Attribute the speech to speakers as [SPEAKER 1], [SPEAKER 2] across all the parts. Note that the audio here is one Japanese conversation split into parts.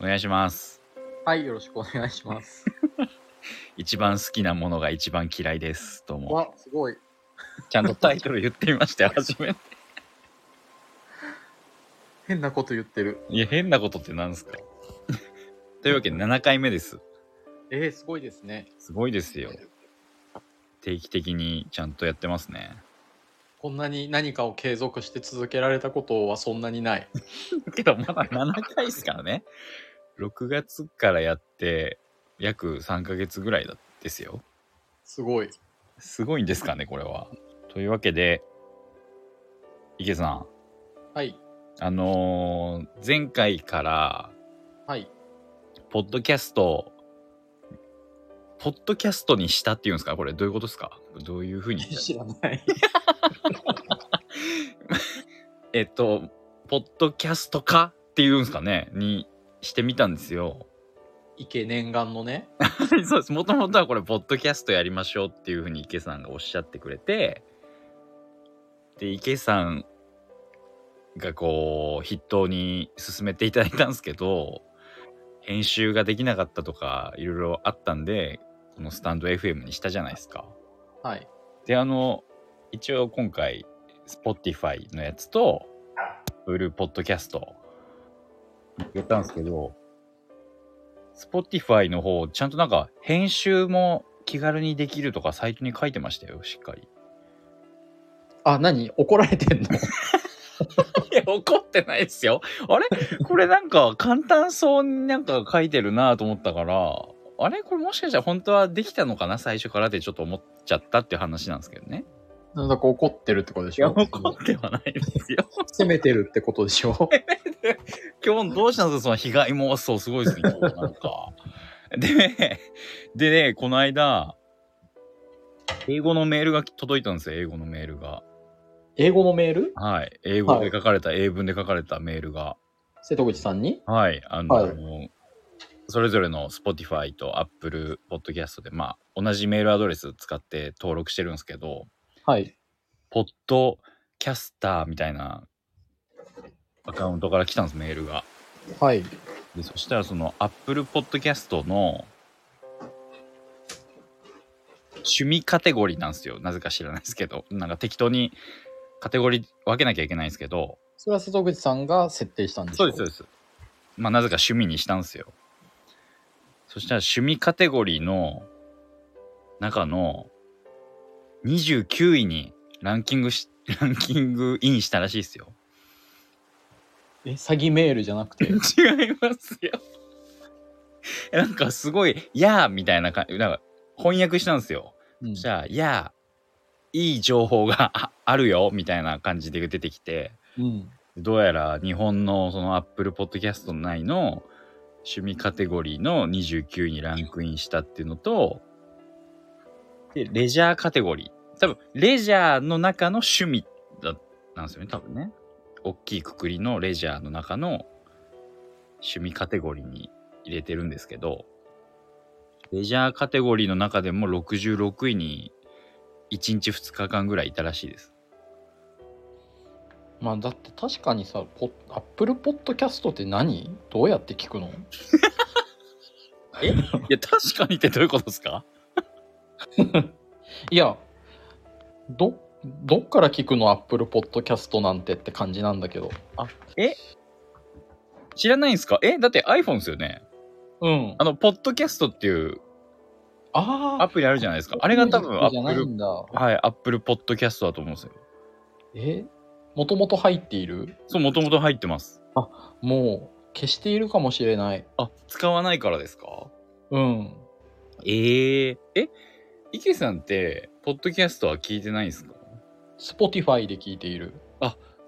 [SPEAKER 1] お願いします。
[SPEAKER 2] はい、よろしくお願いします。
[SPEAKER 1] 一番好きなものが一番嫌いです。どうも。
[SPEAKER 2] わ、すごい。
[SPEAKER 1] ちゃんとタイトル言ってみましたよ、初め。
[SPEAKER 2] 変なこと言ってる。
[SPEAKER 1] いや、変なことって何ですか というわけで、7回目です。
[SPEAKER 2] えー、すごいですね。
[SPEAKER 1] すごいですよ。定期的にちゃんとやってますね。
[SPEAKER 2] こんなに何かを継続して続けられたことはそんなにない。
[SPEAKER 1] けど、まだ7回ですからね。6月からやって、約3ヶ月ぐらいだですよ。
[SPEAKER 2] すごい。
[SPEAKER 1] すごいんですかね、これは。というわけで、池さん、
[SPEAKER 2] はい、
[SPEAKER 1] あのー前回から、
[SPEAKER 2] はい。
[SPEAKER 1] ポッドキャストを、ポッドキャストにしたっていうんですかこれどういうことですかどういう ふうに
[SPEAKER 2] 知らない。
[SPEAKER 1] えっと、ポッドキャスト化っていうんですかねにしてみたんですよ。
[SPEAKER 2] イケ念願のね。
[SPEAKER 1] そうです。もともとはこれ、ポッドキャストやりましょうっていうふうに池さんがおっしゃってくれて、で、池さんがこう、筆頭に進めていただいたんですけど、編集ができなかったとか、いろいろあったんで、このスタンド FM にしたじゃないですか。
[SPEAKER 2] はい。
[SPEAKER 1] で、あの、一応今回、Spotify のやつと、Apple Podcast やったんですけど、Spotify の方、ちゃんとなんか、編集も気軽にできるとか、サイトに書いてましたよ、しっかり。
[SPEAKER 2] あ、何怒られてんの
[SPEAKER 1] いや、怒ってないですよ。あれこれなんか、簡単そうになんか書いてるなと思ったから、あれこれもしかしたら本当はできたのかな最初からってちょっと思っちゃったっていう話なんですけどね。
[SPEAKER 2] なんだか怒ってるってことで
[SPEAKER 1] い
[SPEAKER 2] し
[SPEAKER 1] や、
[SPEAKER 2] ょ
[SPEAKER 1] 怒ってはないですよ。
[SPEAKER 2] 責めてるってことでしょ
[SPEAKER 1] 今日どうしたんですかその被害妄想すごいですね、今日なんか。で、でね、この間、英語のメールが届いたんですよ、英語のメールが。
[SPEAKER 2] 英語のメール
[SPEAKER 1] はい。英語で書かれた、英文で書かれたメールが。
[SPEAKER 2] 瀬戸口さんに
[SPEAKER 1] はい。あの、
[SPEAKER 2] は
[SPEAKER 1] それぞれの Spotify と Apple Podcast で、まあ、同じメールアドレス使って登録してるんですけど、
[SPEAKER 2] はい。
[SPEAKER 1] ポッドキャスターみたいなアカウントから来たんです、メールが。
[SPEAKER 2] はい。
[SPEAKER 1] でそしたらその Apple Podcast の趣味カテゴリーなんですよなぜか知らないですけどなんか適当にカテゴリー分けなきゃいけないんですけど
[SPEAKER 2] それは瀬戸口さんが設定したんでし
[SPEAKER 1] そう
[SPEAKER 2] ょ
[SPEAKER 1] ですそうですまあなぜか趣味にしたんですよそしたら趣味カテゴリーの中の29位にランキングしランキングインしたらしいですよ
[SPEAKER 2] え、詐欺メールじゃなく て。
[SPEAKER 1] 違いますよなんかすごい「やー」みたいな感じなんか翻訳したんですよ
[SPEAKER 2] うん
[SPEAKER 1] じゃあ、いや、いい情報がああるよ、みたいな感じで出てきて、
[SPEAKER 2] うん。
[SPEAKER 1] どうやら日本のその Apple Podcast 内の趣味カテゴリーの29位にランクインしたっていうのと、で、レジャーカテゴリー。多分、レジャーの中の趣味だなんですよね、多分ね。大きいくくりのレジャーの中の趣味カテゴリーに入れてるんですけど、レジャーカテゴリーの中でも66位に1日2日間ぐらいいたらしいです。
[SPEAKER 2] まあだって確かにさ、ポアップルポッドキャストって何どうやって聞くの
[SPEAKER 1] いや、確かにってどういうことですか
[SPEAKER 2] いや、ど、どっから聞くのアップルポッドキャストなんてって感じなんだけど。
[SPEAKER 1] 知らないんですかえだって iPhone ですよね
[SPEAKER 2] うん。
[SPEAKER 1] あのポッドキャストっていう
[SPEAKER 2] あ
[SPEAKER 1] アプリあるじゃないですかあれが多分
[SPEAKER 2] ア
[SPEAKER 1] ア
[SPEAKER 2] ップ
[SPEAKER 1] ップ
[SPEAKER 2] ル
[SPEAKER 1] ル
[SPEAKER 2] んだ。
[SPEAKER 1] はいアップルポッドキャストだと思うんですよ
[SPEAKER 2] えもともと入っている
[SPEAKER 1] そうもともと入ってます
[SPEAKER 2] もう消しているかもしれない。
[SPEAKER 1] あ使わないからですか
[SPEAKER 2] うん。
[SPEAKER 1] えええ池さんってポッドキャストは聞いてないんですか
[SPEAKER 2] Spotify で聞いている。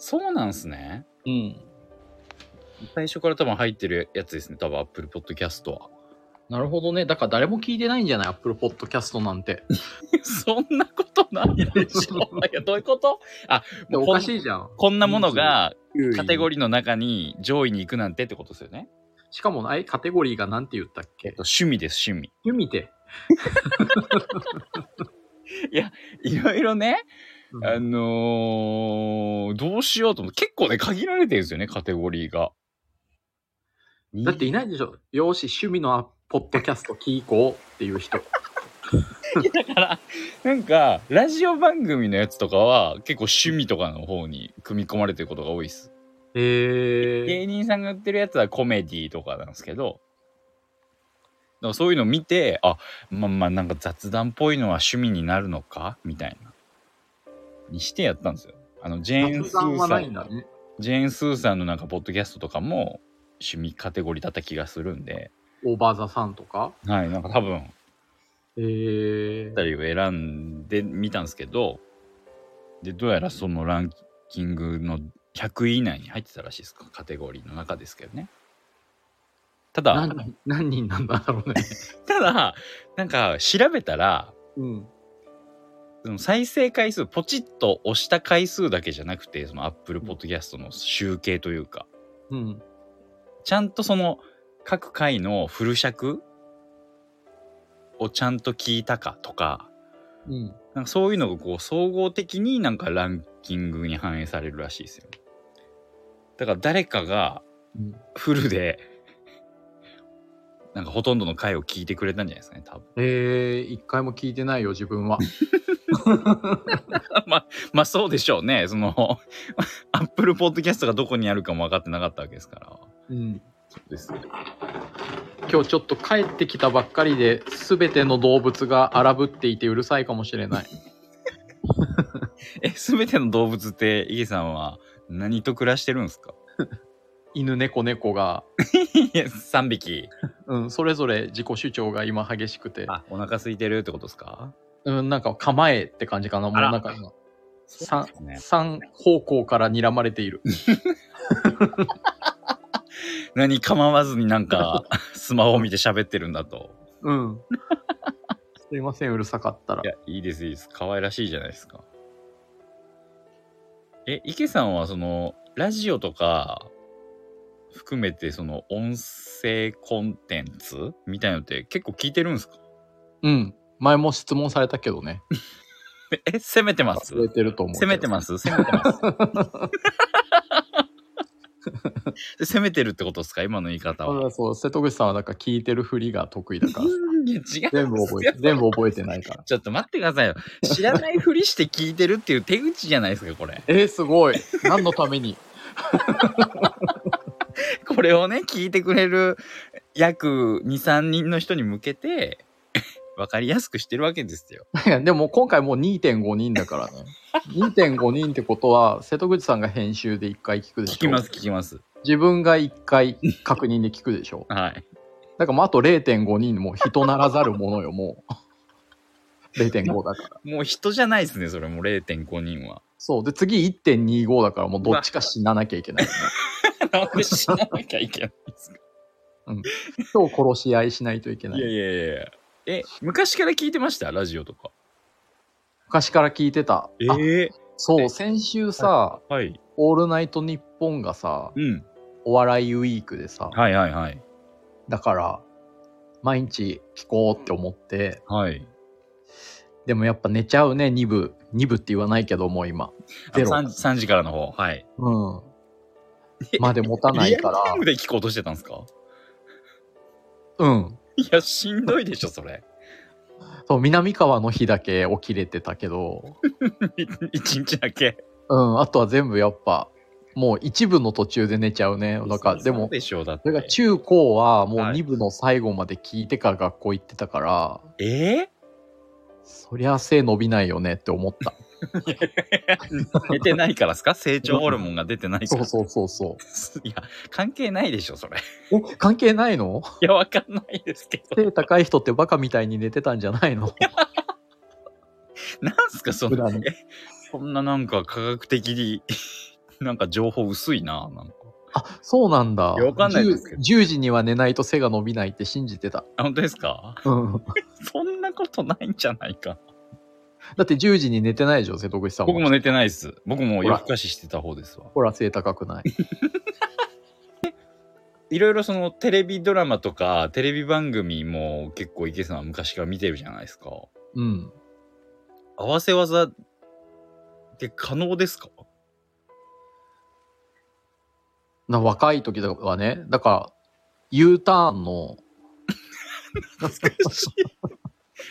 [SPEAKER 1] そうなんすね
[SPEAKER 2] うん。
[SPEAKER 1] 最初から多分入ってるやつですね多分アップルポッドキャストは
[SPEAKER 2] なるほどね。だから誰も聞いてないんじゃないアップルポッドキャストなん て。
[SPEAKER 1] そんなことないでしょ いやどういうことあ
[SPEAKER 2] でおかしいじゃん。
[SPEAKER 1] こんなものがカテゴ
[SPEAKER 2] リ
[SPEAKER 1] リーの中に上位に行くなんてってことですよね
[SPEAKER 2] ー。しかもないカテゴリーがなんて言ったっけ
[SPEAKER 1] 趣味です趣味
[SPEAKER 2] ユミて。
[SPEAKER 1] いろいろね、
[SPEAKER 2] うん
[SPEAKER 1] あのーどうしようと思って結構ね限られてるんですよねカテゴリーが
[SPEAKER 2] だっていないでしょ。よーし、趣味のアポッドキャスト聞こうっていう 人。
[SPEAKER 1] だからなんかラジオ番組のやつとかは結構趣味とかの方に組み込まれてることが多いです
[SPEAKER 2] えー、
[SPEAKER 1] 芸人さんが売ってるやつはコメディとかなんですけどだからそういうの見てあまあまあなんか雑談っぽいのは趣味になるのかみたいなにしてやったんですよあのジェーン・ス
[SPEAKER 2] 雑談
[SPEAKER 1] ー
[SPEAKER 2] は
[SPEAKER 1] さ
[SPEAKER 2] ないん
[SPEAKER 1] ん
[SPEAKER 2] だね。
[SPEAKER 1] ジェーン・スーさんのなんかポッドキャストとかも趣味カテゴリーだった気がするんで
[SPEAKER 2] オーバーザさんとか。
[SPEAKER 1] はいなんか多分
[SPEAKER 2] えー
[SPEAKER 1] あ、たりを選んでみたんですけどでどうやらそのランキングの100位以内に入ってたらしいですかカテゴリーの中ですけどねただ
[SPEAKER 2] 何人何人なんだろう ね。
[SPEAKER 1] ただなんか調べたら
[SPEAKER 2] うん。
[SPEAKER 1] その再生回数ポチッと押した回数だけじゃなくてそのアップルポッドキャストの集計というか
[SPEAKER 2] うん。
[SPEAKER 1] ちゃんとその各回のフル尺をちゃんと聞いたかとか
[SPEAKER 2] うん。
[SPEAKER 1] なんかそういうのがこう総合的になんかランキングに反映されるらしいですよ。だから誰かが
[SPEAKER 2] うん
[SPEAKER 1] フルでなんかほとんどの回を聞いてくれたんじゃないですかね多分。
[SPEAKER 2] えー、一回も聞いてないよ、自分 は。
[SPEAKER 1] まあまあそうでしょうねその アップルポッドキャストがどこにあるかも分かってなかったわけですから。
[SPEAKER 2] うん。
[SPEAKER 1] そうです
[SPEAKER 2] 今日ちょっと帰ってきたばっかりで、すべての動物が荒ぶっていてうるさいかもし れない。
[SPEAKER 1] え全ての動物ってイゲさんは何と暮らしてるんですか
[SPEAKER 2] 犬、猫、猫が、
[SPEAKER 1] いや ?3 匹。
[SPEAKER 2] うん、それぞれ自己主張が今激しくて、
[SPEAKER 1] あお腹空いてるってことですか
[SPEAKER 2] うん、なんか構えって感じかな。もう
[SPEAKER 1] あら
[SPEAKER 2] なんか今、
[SPEAKER 1] そう
[SPEAKER 2] 三
[SPEAKER 1] ですね
[SPEAKER 2] 三方向から睨まれている。
[SPEAKER 1] 何構わずになん かスマホを見て喋ってるんだと。
[SPEAKER 2] うん。 すいません、うるさかったら
[SPEAKER 1] い。や、いいです、いいです。可愛らしいじゃないですか。え、池さんはその、ラジオとか、含めてその音声コンテンツみたいのって結構聞いてるんですか
[SPEAKER 2] うん。前も質問されたけどね。
[SPEAKER 1] え、攻めてます
[SPEAKER 2] 忘れてると思う。。
[SPEAKER 1] 攻めてますす攻めて ます。攻めてるってことですか今の言い方は。
[SPEAKER 2] そうそう、瀬戸口さんはなんか聞いてるふりが得意だから。
[SPEAKER 1] いや違うんですよ
[SPEAKER 2] 全部覚えて、 全部覚えてないから。
[SPEAKER 1] ちょっと待ってくださいよ。知らないふりして聞いてるっていう手口じゃないですか、こ れ。
[SPEAKER 2] えー、すごい。何のために。
[SPEAKER 1] これをね、聞いてくれる約2、3人の人に向けて、わかりやすくしてるわけですよ。
[SPEAKER 2] いやでも今回もう2.5人だから ね。2.5人ってことは、瀬戸口さんが編集で1回聞くでしょ。
[SPEAKER 1] 聞きます、聞きます。
[SPEAKER 2] 自分が1回確認で聞くでしょ。
[SPEAKER 1] はい。
[SPEAKER 2] だからもうあと0.5人もう人ならざるものよ、も う。0.5だから。
[SPEAKER 1] もう人じゃないですね、それもう0.5人は。
[SPEAKER 2] そう。で、次1.25だからもうどっちか死ななきゃいけない、ね。
[SPEAKER 1] なんで死ななきゃいけないんですか
[SPEAKER 2] 今日殺し合いしないといけない
[SPEAKER 1] や
[SPEAKER 2] い。
[SPEAKER 1] いやいやいやえ、昔から聞いてましたラジオとか。
[SPEAKER 2] 昔から聞いてた。あ
[SPEAKER 1] え
[SPEAKER 2] そ
[SPEAKER 1] え
[SPEAKER 2] う、先週さ、
[SPEAKER 1] はい。
[SPEAKER 2] オールナイトニッポンがさ、
[SPEAKER 1] うん。
[SPEAKER 2] お笑いウィークでさ、
[SPEAKER 1] はいはいはい。
[SPEAKER 2] だから、毎日聞こうって思って、
[SPEAKER 1] はい。
[SPEAKER 2] でもやっぱ寝ちゃうね、2部。2部って言わないけども、今。
[SPEAKER 1] あ
[SPEAKER 2] ゼロ
[SPEAKER 1] 3, 3時からの方。はい。
[SPEAKER 2] うん。まで持た な
[SPEAKER 1] リ
[SPEAKER 2] い
[SPEAKER 1] アル
[SPEAKER 2] か
[SPEAKER 1] タ
[SPEAKER 2] ら
[SPEAKER 1] イ。ムで聞こうとしてたんですか
[SPEAKER 2] うん。
[SPEAKER 1] いや、しんどいでしょ、それ。
[SPEAKER 2] そう、南川の日だけ起きれてたけど、
[SPEAKER 1] 一日だけ。
[SPEAKER 2] うん、あとは全部やっぱ、もう一部の途中で寝ちゃうね。だから、で
[SPEAKER 1] そう
[SPEAKER 2] も、
[SPEAKER 1] でしょう、だって。
[SPEAKER 2] それが中高はもう
[SPEAKER 1] はい
[SPEAKER 2] 2部の最後まで聞いてから学校行ってたから、
[SPEAKER 1] えー、
[SPEAKER 2] そりゃ背伸びないよねって 思った。
[SPEAKER 1] 出てないからですか成長ホルモンが出てないか
[SPEAKER 2] そ
[SPEAKER 1] ら
[SPEAKER 2] うそうそうそ。
[SPEAKER 1] いや関係ないでしょそれ いう
[SPEAKER 2] え、関係ないの
[SPEAKER 1] やわかんないですけど
[SPEAKER 2] 背高い人ってバカみたいに寝てたんじゃないの
[SPEAKER 1] なんす かそん
[SPEAKER 2] 普
[SPEAKER 1] な
[SPEAKER 2] 段
[SPEAKER 1] えそんななんか科学的に なんか情報薄いななんか
[SPEAKER 2] あ、そうなんだ。
[SPEAKER 1] いやわかんないですけど
[SPEAKER 2] 10, 10時には寝ないと背が伸びないって信じてた。
[SPEAKER 1] あ本当ですか
[SPEAKER 2] うん。
[SPEAKER 1] そんなことないんじゃないか
[SPEAKER 2] だって10時に寝てないでしょ、瀬戸口さんも。
[SPEAKER 1] 僕も寝てないです僕も
[SPEAKER 2] ほら
[SPEAKER 1] 夜更かししてた方ですわ
[SPEAKER 2] ほら、背高くない。
[SPEAKER 1] いろいろそのテレビドラマとかテレビ番組も結構池さんは昔から見てるじゃないですか
[SPEAKER 2] うん。
[SPEAKER 1] 合わせ技って可能ですか
[SPEAKER 2] な若い時とかね、だから、 U ターンの、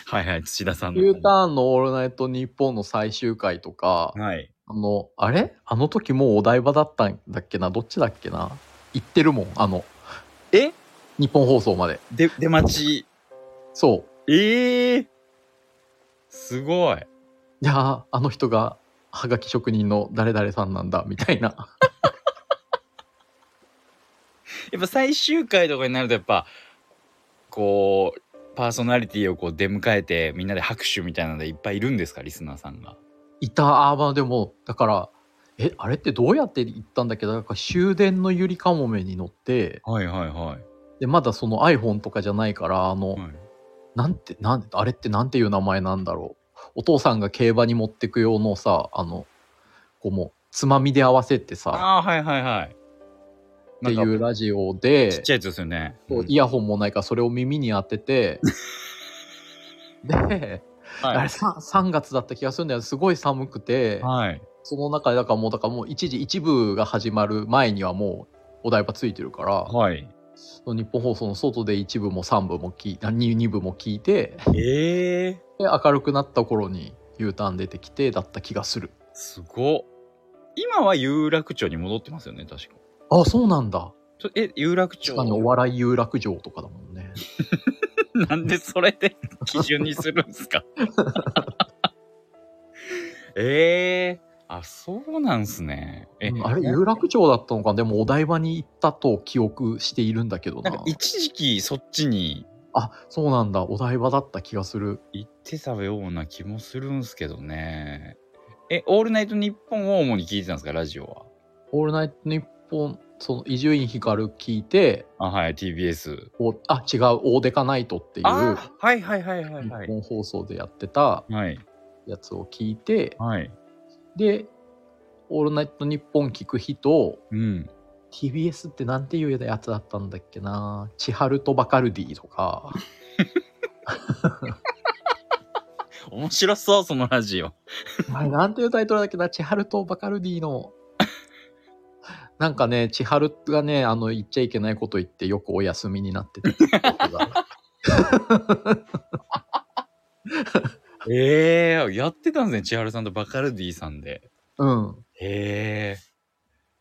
[SPEAKER 1] はいはい、土田さんの。
[SPEAKER 2] U ターンのオールナイトニッポンの最終回とか、
[SPEAKER 1] はい。
[SPEAKER 2] あの、あれあの時もうお台場だったんだっけなどっちだっけな行ってるもん、あの、
[SPEAKER 1] え
[SPEAKER 2] 日本放送まで。
[SPEAKER 1] で、出待ち。
[SPEAKER 2] そう。
[SPEAKER 1] ええすごい。
[SPEAKER 2] いやーあの人がはがき職人の誰々さんなんだみたいな
[SPEAKER 1] やっぱ最終回とかになるとやっぱこうパーソナリティをこう出迎えてみんなで拍手みたいなのでいっぱいいるんですかリスナーさんが。
[SPEAKER 2] いたあーまあでもだからえあれってどうやって行ったんだっけどなんか終電のゆりかもめに乗って
[SPEAKER 1] はいはいはい。
[SPEAKER 2] でまだその iPhone とかじゃないからあの、
[SPEAKER 1] はい、
[SPEAKER 2] なんてなんあれってなんていう名前なんだろうお父さんが競馬に持ってく用のさあのこうもうつまみで合わせてさ
[SPEAKER 1] ああはいはいはい。
[SPEAKER 2] ってい
[SPEAKER 1] なん
[SPEAKER 2] う
[SPEAKER 1] か
[SPEAKER 2] ラジオで
[SPEAKER 1] ちっちゃいやつですよね。
[SPEAKER 2] こう
[SPEAKER 1] うん
[SPEAKER 2] イヤホンもないからそれを耳に当 ててであ
[SPEAKER 1] は
[SPEAKER 2] れ
[SPEAKER 1] い。
[SPEAKER 2] 3, 3月だった気がするんだよすごい寒くて、
[SPEAKER 1] はい、
[SPEAKER 2] その中でだからもうだからもう一時一部が始まる前にはもうお台場ついてるから、
[SPEAKER 1] はい、
[SPEAKER 2] その日本放送の外で一部も三部も聞いあ二二部も聞いて
[SPEAKER 1] ええ
[SPEAKER 2] で明るくなった頃に U ターン出てきてだった気がする
[SPEAKER 1] すごっ。今は有楽町に戻ってますよね確か。
[SPEAKER 2] あそうなんだ
[SPEAKER 1] ちょえ有楽町
[SPEAKER 2] 確かにお笑い有楽城とかだもんね
[SPEAKER 1] なんでそれで基準にするんすか ええあ、そうなんすね。え、
[SPEAKER 2] うんあれ
[SPEAKER 1] な
[SPEAKER 2] 有楽町だったのかでもお台場に行ったと記憶しているんだけど
[SPEAKER 1] な
[SPEAKER 2] なん
[SPEAKER 1] か一時期そっちに
[SPEAKER 2] あそうなんだお台場だった気がする
[SPEAKER 1] 行ってたような気もするんすけどね。え、オールナイトニッポンを主に聞いてたんですか、ラジオは。
[SPEAKER 2] 「オールナイトニッポン」その伊集院光聞いて
[SPEAKER 1] あ、はい、TBS。
[SPEAKER 2] おあ違う「オーデカナイト」っていう
[SPEAKER 1] あ、はいはいはいはい
[SPEAKER 2] 日
[SPEAKER 1] はい。
[SPEAKER 2] 本放送でやってた
[SPEAKER 1] はい、
[SPEAKER 2] やつを聞いて、
[SPEAKER 1] はい。
[SPEAKER 2] で「オールナイトニッポン」聞く日と
[SPEAKER 1] うん。
[SPEAKER 2] TBS ってなんていうやつだったんだっけな「千春とバカルディ」とか
[SPEAKER 1] 面白そう、そのラジオ。
[SPEAKER 2] あれなんていうタイトルだっけな「千春とバカルディ」の。なんかね、千春がね、あの、言っちゃいけないこと言って、よくお休みになってて。
[SPEAKER 1] ええやってたんですね、千春さんとバカルディさんで。
[SPEAKER 2] うん。
[SPEAKER 1] へえ。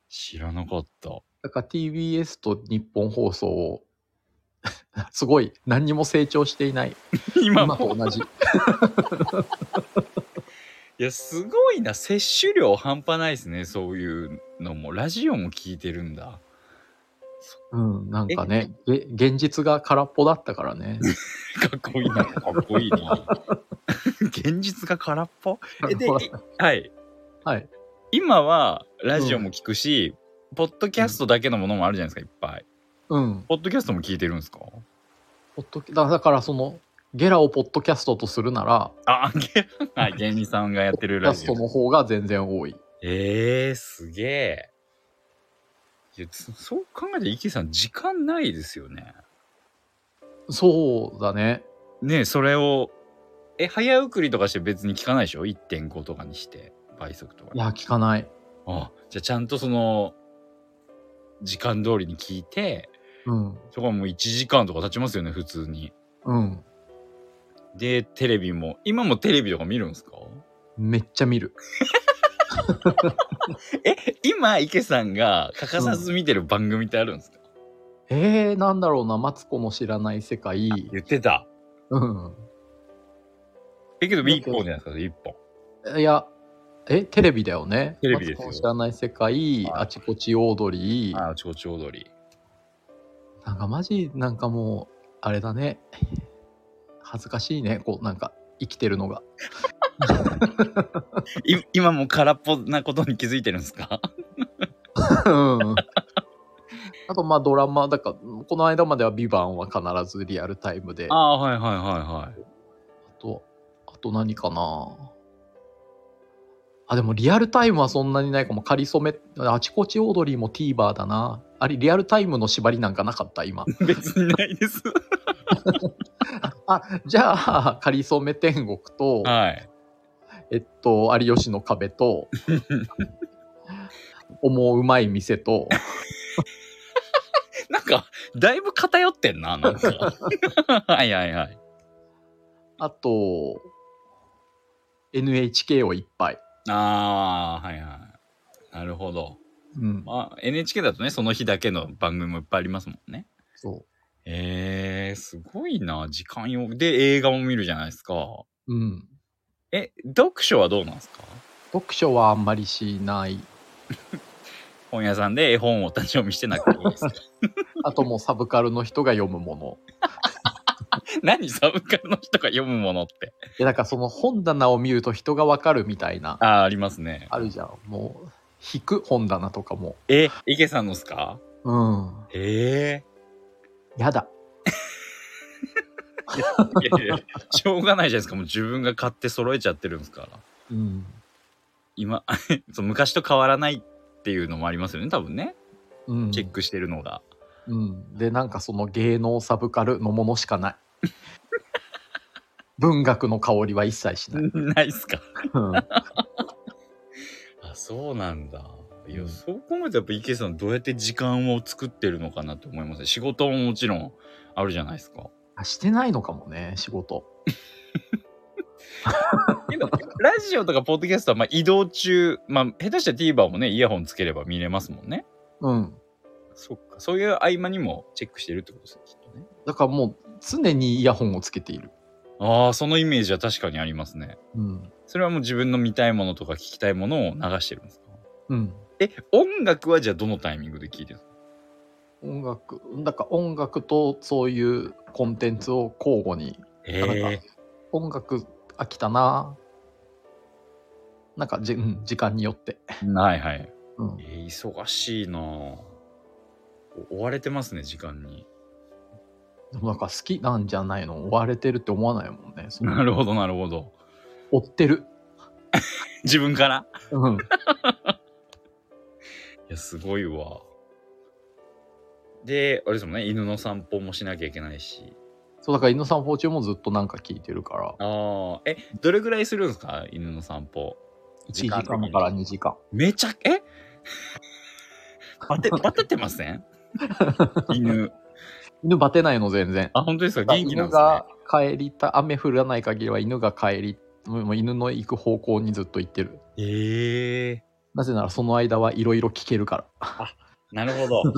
[SPEAKER 1] 知らなかった。
[SPEAKER 2] だから TBS と日本放送をすごい何にも成長していない
[SPEAKER 1] 今も
[SPEAKER 2] 今と同じ
[SPEAKER 1] いやすごいな摂取量半端ないですねそういうのもラジオも聞いてるんだ
[SPEAKER 2] うんなんかねげ現実が空っぽだったからね
[SPEAKER 1] かっこいいなかっこいいな 現実が空っぽ えでい はい
[SPEAKER 2] はい
[SPEAKER 1] 今はラジオも聞くし、ポッドキャストだけのものもあるじゃないですかいっぱい
[SPEAKER 2] うん
[SPEAKER 1] ポッドキャストも聞いてるんですか
[SPEAKER 2] ポッドキだだからそのゲラをポッドキャストとするなら
[SPEAKER 1] あ げはい芸人さんがやってる
[SPEAKER 2] キャ
[SPEAKER 1] ラ
[SPEAKER 2] ス
[SPEAKER 1] ジ
[SPEAKER 2] ト
[SPEAKER 1] オ
[SPEAKER 2] の方が全然多い
[SPEAKER 1] えー、すげえいやつそう考えたら池さん時間ないですよね
[SPEAKER 2] そうだね
[SPEAKER 1] ねえそれをえ早送りとかして別に聞かないでしょ1.5とかにして倍速とか
[SPEAKER 2] い
[SPEAKER 1] にあ
[SPEAKER 2] や聞かない
[SPEAKER 1] じゃあちゃんとその時間通りに聞いて
[SPEAKER 2] うん
[SPEAKER 1] そこはもう1時間とか経ちますよね普通に
[SPEAKER 2] うん
[SPEAKER 1] でテレビも今もテレビとか見るんですか
[SPEAKER 2] めっちゃ見る
[SPEAKER 1] え今池さんが欠かさず見てる番組ってあるんですか、
[SPEAKER 2] えー、なんだろうなマツコの知らない世界
[SPEAKER 1] 言ってた
[SPEAKER 2] うん
[SPEAKER 1] えけど
[SPEAKER 2] だけ
[SPEAKER 1] 1
[SPEAKER 2] ど
[SPEAKER 1] 本じゃないですか1本
[SPEAKER 2] いや、え、テレビだよね。
[SPEAKER 1] テレビですよ
[SPEAKER 2] マツコの知らない世界、
[SPEAKER 1] はい
[SPEAKER 2] あちこちオードリー。
[SPEAKER 1] ああちょうちょうどり
[SPEAKER 2] なんかマジ、なんかもう、あれだね。恥ずかしいね、こう、なんか、生きてるのが。
[SPEAKER 1] い今も空っぽなことに気づいてるんですか
[SPEAKER 2] うん あと、まあ、ドラマ、だから、この間までは、ビバンは必ずリアルタイムで。
[SPEAKER 1] あ
[SPEAKER 2] あ
[SPEAKER 1] あはいはいはいはい
[SPEAKER 2] と、あと何かなあ、でも、リアルタイムはそんなにないかも。かりそめ、あちこちオードリーも TVer だな。あれ、リアルタイムの縛りなんかなかっ た、今。
[SPEAKER 1] 別にない です
[SPEAKER 2] あじゃあ「かりそめ天国と」
[SPEAKER 1] はい
[SPEAKER 2] えっと「有吉の 壁」と「思ううまい店」と
[SPEAKER 1] なんかか、だいぶ偏ってんな、なんか。 はいはいはい。
[SPEAKER 2] あと、NHK をいっぱい。
[SPEAKER 1] ああ、はいはい。なるほど。
[SPEAKER 2] うん。
[SPEAKER 1] まあ、NHK だとね、その日だけの番組もいっぱいありますもんね。
[SPEAKER 2] そ
[SPEAKER 1] えー、すごいな、時間よ。で、映画も見るじゃないですか。
[SPEAKER 2] う。うん。
[SPEAKER 1] え、読書はどうなんですか
[SPEAKER 2] 読書はあんまりし ない。
[SPEAKER 1] 本屋さんで絵本を立ち読みしてなくていいですか
[SPEAKER 2] あともうサブカルの人が読むもの。
[SPEAKER 1] 何サブカルの人が読むものって。
[SPEAKER 2] いや、だからその本棚を見ると人がわかるみたいな、
[SPEAKER 1] ああ、ありますね。
[SPEAKER 2] あるじゃん。もう、引く本棚とかも。
[SPEAKER 1] え、池さんのっすか
[SPEAKER 2] うん。
[SPEAKER 1] え
[SPEAKER 2] やだ。
[SPEAKER 1] えーいやいや。しょうがないじゃないですか。もう自分が買って揃えちゃってるんですから。
[SPEAKER 2] うん。
[SPEAKER 1] 今、 そう昔と変わらないっていうのもありますよね、多分ね。
[SPEAKER 2] うん、
[SPEAKER 1] チェックしてるのが。
[SPEAKER 2] うん、でなんかその芸能サブカルのものし かない文学の香りは一切しない、
[SPEAKER 1] ないっすか
[SPEAKER 2] うん
[SPEAKER 1] あ、そうなんだ。いや、
[SPEAKER 2] うん
[SPEAKER 1] そう考えるとやっぱ池さんどうやって時間を作ってるのかなって思いますね。仕事ももちろんあるじゃないですか。
[SPEAKER 2] あしてないのかもね仕事
[SPEAKER 1] けどラジオとかポッドキャストはまあ移動中、まあ、下手したら TVer もね、イヤホンつければ見れますもんね。
[SPEAKER 2] うん
[SPEAKER 1] そっか。そういう合間にもチェックしてるってことですね、きっとね。
[SPEAKER 2] だからもう常にイヤホンをつけている、
[SPEAKER 1] ああ、そのイメージは確かにありますね。
[SPEAKER 2] うん
[SPEAKER 1] それはもう自分の見たいものとか聞きたいものを流してるんですか
[SPEAKER 2] うん、
[SPEAKER 1] え、音楽はじゃあどのタイミングで聴いてるんですか
[SPEAKER 2] 音楽だから音楽とそういうコンテンツを交互に、な
[SPEAKER 1] へ
[SPEAKER 2] ん
[SPEAKER 1] え
[SPEAKER 2] か音楽飽きたななんかじ、うん、時間によって、
[SPEAKER 1] はいはい。
[SPEAKER 2] うん
[SPEAKER 1] え、ー忙しいなぁお追われてますね、時間に。
[SPEAKER 2] でもなんか好きなんじゃないの追われてるって思わないもんねその
[SPEAKER 1] なるほど、なるほど。
[SPEAKER 2] 追ってる
[SPEAKER 1] 自分から
[SPEAKER 2] うん
[SPEAKER 1] いや、すごいわ。で、あれですもんね、犬の散歩もしなきゃいけないし。
[SPEAKER 2] そうだから犬散歩中もずっとなんか聞いてるから
[SPEAKER 1] ああ、え、どれぐらいするんですか犬の散歩。
[SPEAKER 2] 1
[SPEAKER 1] 時
[SPEAKER 2] 時
[SPEAKER 1] 間
[SPEAKER 2] 間
[SPEAKER 1] 的に
[SPEAKER 2] から2時間
[SPEAKER 1] めちゃ、えバテ、バテてませ ん犬。
[SPEAKER 2] 犬バテないの全然
[SPEAKER 1] あ、本当ですか元気なん
[SPEAKER 2] 犬
[SPEAKER 1] ですね
[SPEAKER 2] が。帰りた雨降らない限りは犬が帰りもう犬の行く方向にずっと行ってる
[SPEAKER 1] ええ
[SPEAKER 2] なぜならその間はいろいろ聞けるから
[SPEAKER 1] なるほど。っ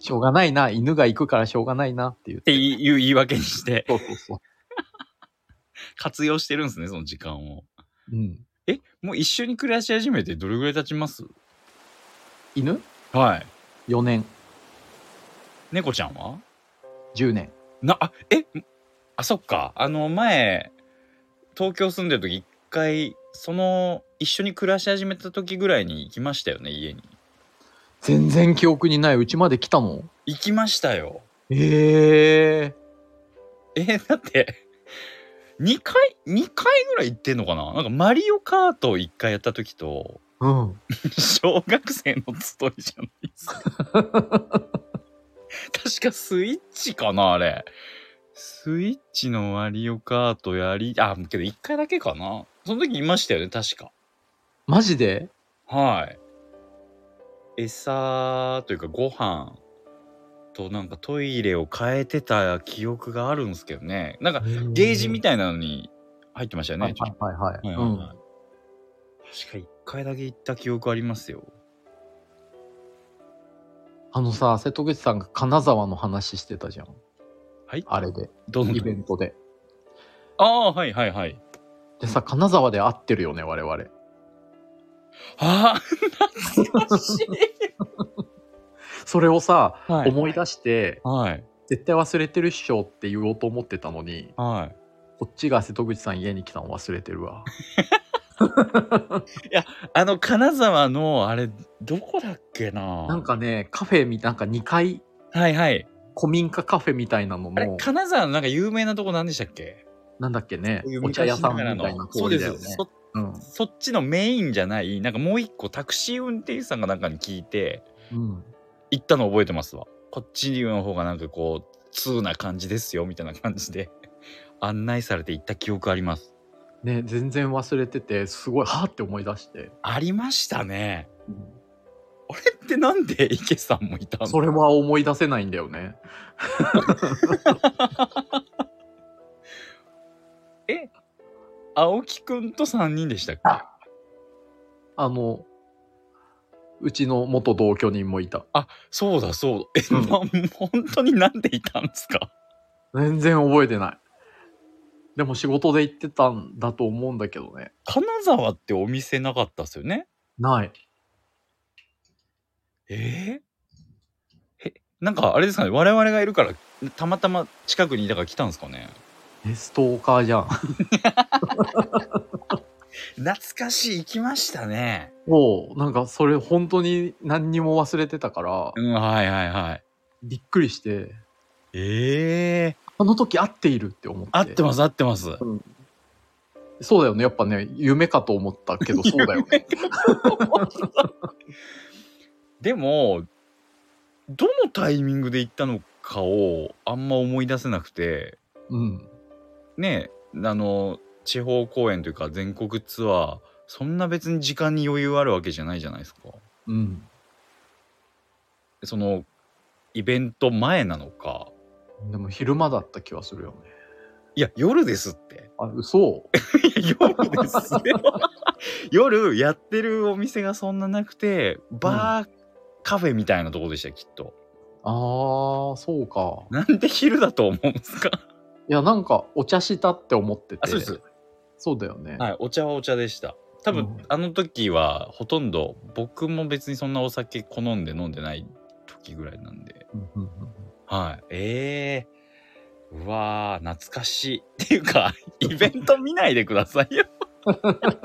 [SPEAKER 2] しょうがないな犬が行くからしょうがないなって言ってて
[SPEAKER 1] いう言い訳にして、
[SPEAKER 2] そうそうそう
[SPEAKER 1] 活用してるんですね、その時間を。
[SPEAKER 2] うん
[SPEAKER 1] え、もう一緒に暮らし始めてどれぐらい経ちます
[SPEAKER 2] 犬
[SPEAKER 1] はい。
[SPEAKER 2] 4年
[SPEAKER 1] 猫ちゃんは
[SPEAKER 2] 10年
[SPEAKER 1] な、あ、え、あ、そっか。あの、前、東京住んでる時、一回、その、一緒に暮らし始めた時ぐらいに行きましたよね、家に。
[SPEAKER 2] 全然記憶にないうちまで来たの
[SPEAKER 1] 行きましたよ。
[SPEAKER 2] え
[SPEAKER 1] え
[SPEAKER 2] え
[SPEAKER 1] ーだって、2回、2回ぐらい行ってんのかななんか、マリオカートを1回やった時と、
[SPEAKER 2] うん
[SPEAKER 1] 小学生の集いじゃないですか。確かスイッチかなあれ。スイッチのマリオカートやり、あ、けど1回だけかな。その時いましたよね、確か。
[SPEAKER 2] マジで
[SPEAKER 1] はい。餌というかご飯となんかトイレを変えてた記憶があるんですけどね。なんかゲージみ
[SPEAKER 2] た
[SPEAKER 1] たいなのに入ってましたよ
[SPEAKER 2] は
[SPEAKER 1] ね。
[SPEAKER 2] い
[SPEAKER 1] ちょっ
[SPEAKER 2] はいはい
[SPEAKER 1] と
[SPEAKER 2] はい、
[SPEAKER 1] はいはい
[SPEAKER 2] うん
[SPEAKER 1] はい確か一回だけ行った記憶ありますよ。
[SPEAKER 2] あのさ、瀬戸口さんが金沢の話してたじゃん。
[SPEAKER 1] はい
[SPEAKER 2] あれで、
[SPEAKER 1] どの
[SPEAKER 2] イベントで。
[SPEAKER 1] ああ、はいはいはい。
[SPEAKER 2] でさ、金沢で会ってるよね、我々。
[SPEAKER 1] ああ、懐かしい。
[SPEAKER 2] それをさ、
[SPEAKER 1] は
[SPEAKER 2] 思い出して、
[SPEAKER 1] はい。
[SPEAKER 2] 絶対忘れてるっしょって言おうと思ってたのに、
[SPEAKER 1] は
[SPEAKER 2] こっちが瀬戸口さん家に来たの忘れてるわ。
[SPEAKER 1] い。あの、金沢の、あれ、どこだっけな
[SPEAKER 2] なん、かね、カフェみ、なんか2階、
[SPEAKER 1] はいはい。
[SPEAKER 2] 古民家カフェみたいなの
[SPEAKER 1] あれ
[SPEAKER 2] の、、
[SPEAKER 1] 金沢のなんか有名なとこなんでしたっけ
[SPEAKER 2] なんだっけね
[SPEAKER 1] こうい、う
[SPEAKER 2] お茶屋さんみたい
[SPEAKER 1] 昔ながら
[SPEAKER 2] な
[SPEAKER 1] のそう
[SPEAKER 2] 通
[SPEAKER 1] で
[SPEAKER 2] りだよね。
[SPEAKER 1] す。そ
[SPEAKER 2] うん。
[SPEAKER 1] そっちのメインじゃない、なんかもう一個タクシー運転手さんがなんかに聞いて、
[SPEAKER 2] うん。
[SPEAKER 1] 行ったの覚えてますわ。こっちの方がなんかこう、通な感じですよ、みたいな感じで、 案内されて行った記憶あります。
[SPEAKER 2] ね、全然忘れてて、すごい、はぁって思い出して。
[SPEAKER 1] ありましたね。ああれってなんで池さんもいたの
[SPEAKER 2] それは思い出せないんだよね。
[SPEAKER 1] 青木くんと3人でしたっけ
[SPEAKER 2] ああの、うちの元同居人もいた。
[SPEAKER 1] そうだそうだ。え、
[SPEAKER 2] うん
[SPEAKER 1] な本当になんでいたんですか
[SPEAKER 2] 全然覚えてない。でも仕事で行ってたんだと思うんだけどね。
[SPEAKER 1] 金沢ってお店なかったっすよね
[SPEAKER 2] ない。
[SPEAKER 1] えー、え、なんかあれですかね我々がいるからたまたま近くにいたから来たんですかね
[SPEAKER 2] え、ストーカーじゃん。
[SPEAKER 1] 懐かしい行きましたね。
[SPEAKER 2] もう、なんかそれ本当に何にも忘れてたから、
[SPEAKER 1] うん、はいはいはい。
[SPEAKER 2] びっくりして、
[SPEAKER 1] ええ
[SPEAKER 2] あの時合っているって思って。
[SPEAKER 1] 合ってます合ってます。
[SPEAKER 2] そうだよね。やっぱね、夢かと思っ たけど、そうだよね。
[SPEAKER 1] でも、どのタイミングで行ったのかをあんま思い出せなくて、
[SPEAKER 2] うん。
[SPEAKER 1] ねえ、あの、地方公演というか全国ツアー、そんな別に時間に余裕あるわけじゃないじゃないですか。
[SPEAKER 2] うん。
[SPEAKER 1] その、イベント前なのか、
[SPEAKER 2] でも昼間だった気はするよね。
[SPEAKER 1] いや、夜ですって。
[SPEAKER 2] あ、嘘。
[SPEAKER 1] いや 夜ですよ 夜やってるお店がそんななくてバーカフェみたいなとこでしたよきっと
[SPEAKER 2] あー、そうか。
[SPEAKER 1] なんで昼だと思うんですか
[SPEAKER 2] いや、なんかお茶したって思ってて。
[SPEAKER 1] あそうです。
[SPEAKER 2] そうだよね。
[SPEAKER 1] はいお茶はお茶でした多分、
[SPEAKER 2] うん
[SPEAKER 1] あの時はほとんど僕も別にそんなお酒好んで飲んでない時ぐらいなんで
[SPEAKER 2] うんうんうん
[SPEAKER 1] はいえー、うわー懐かしいっていう かイベント見ないでくださいよ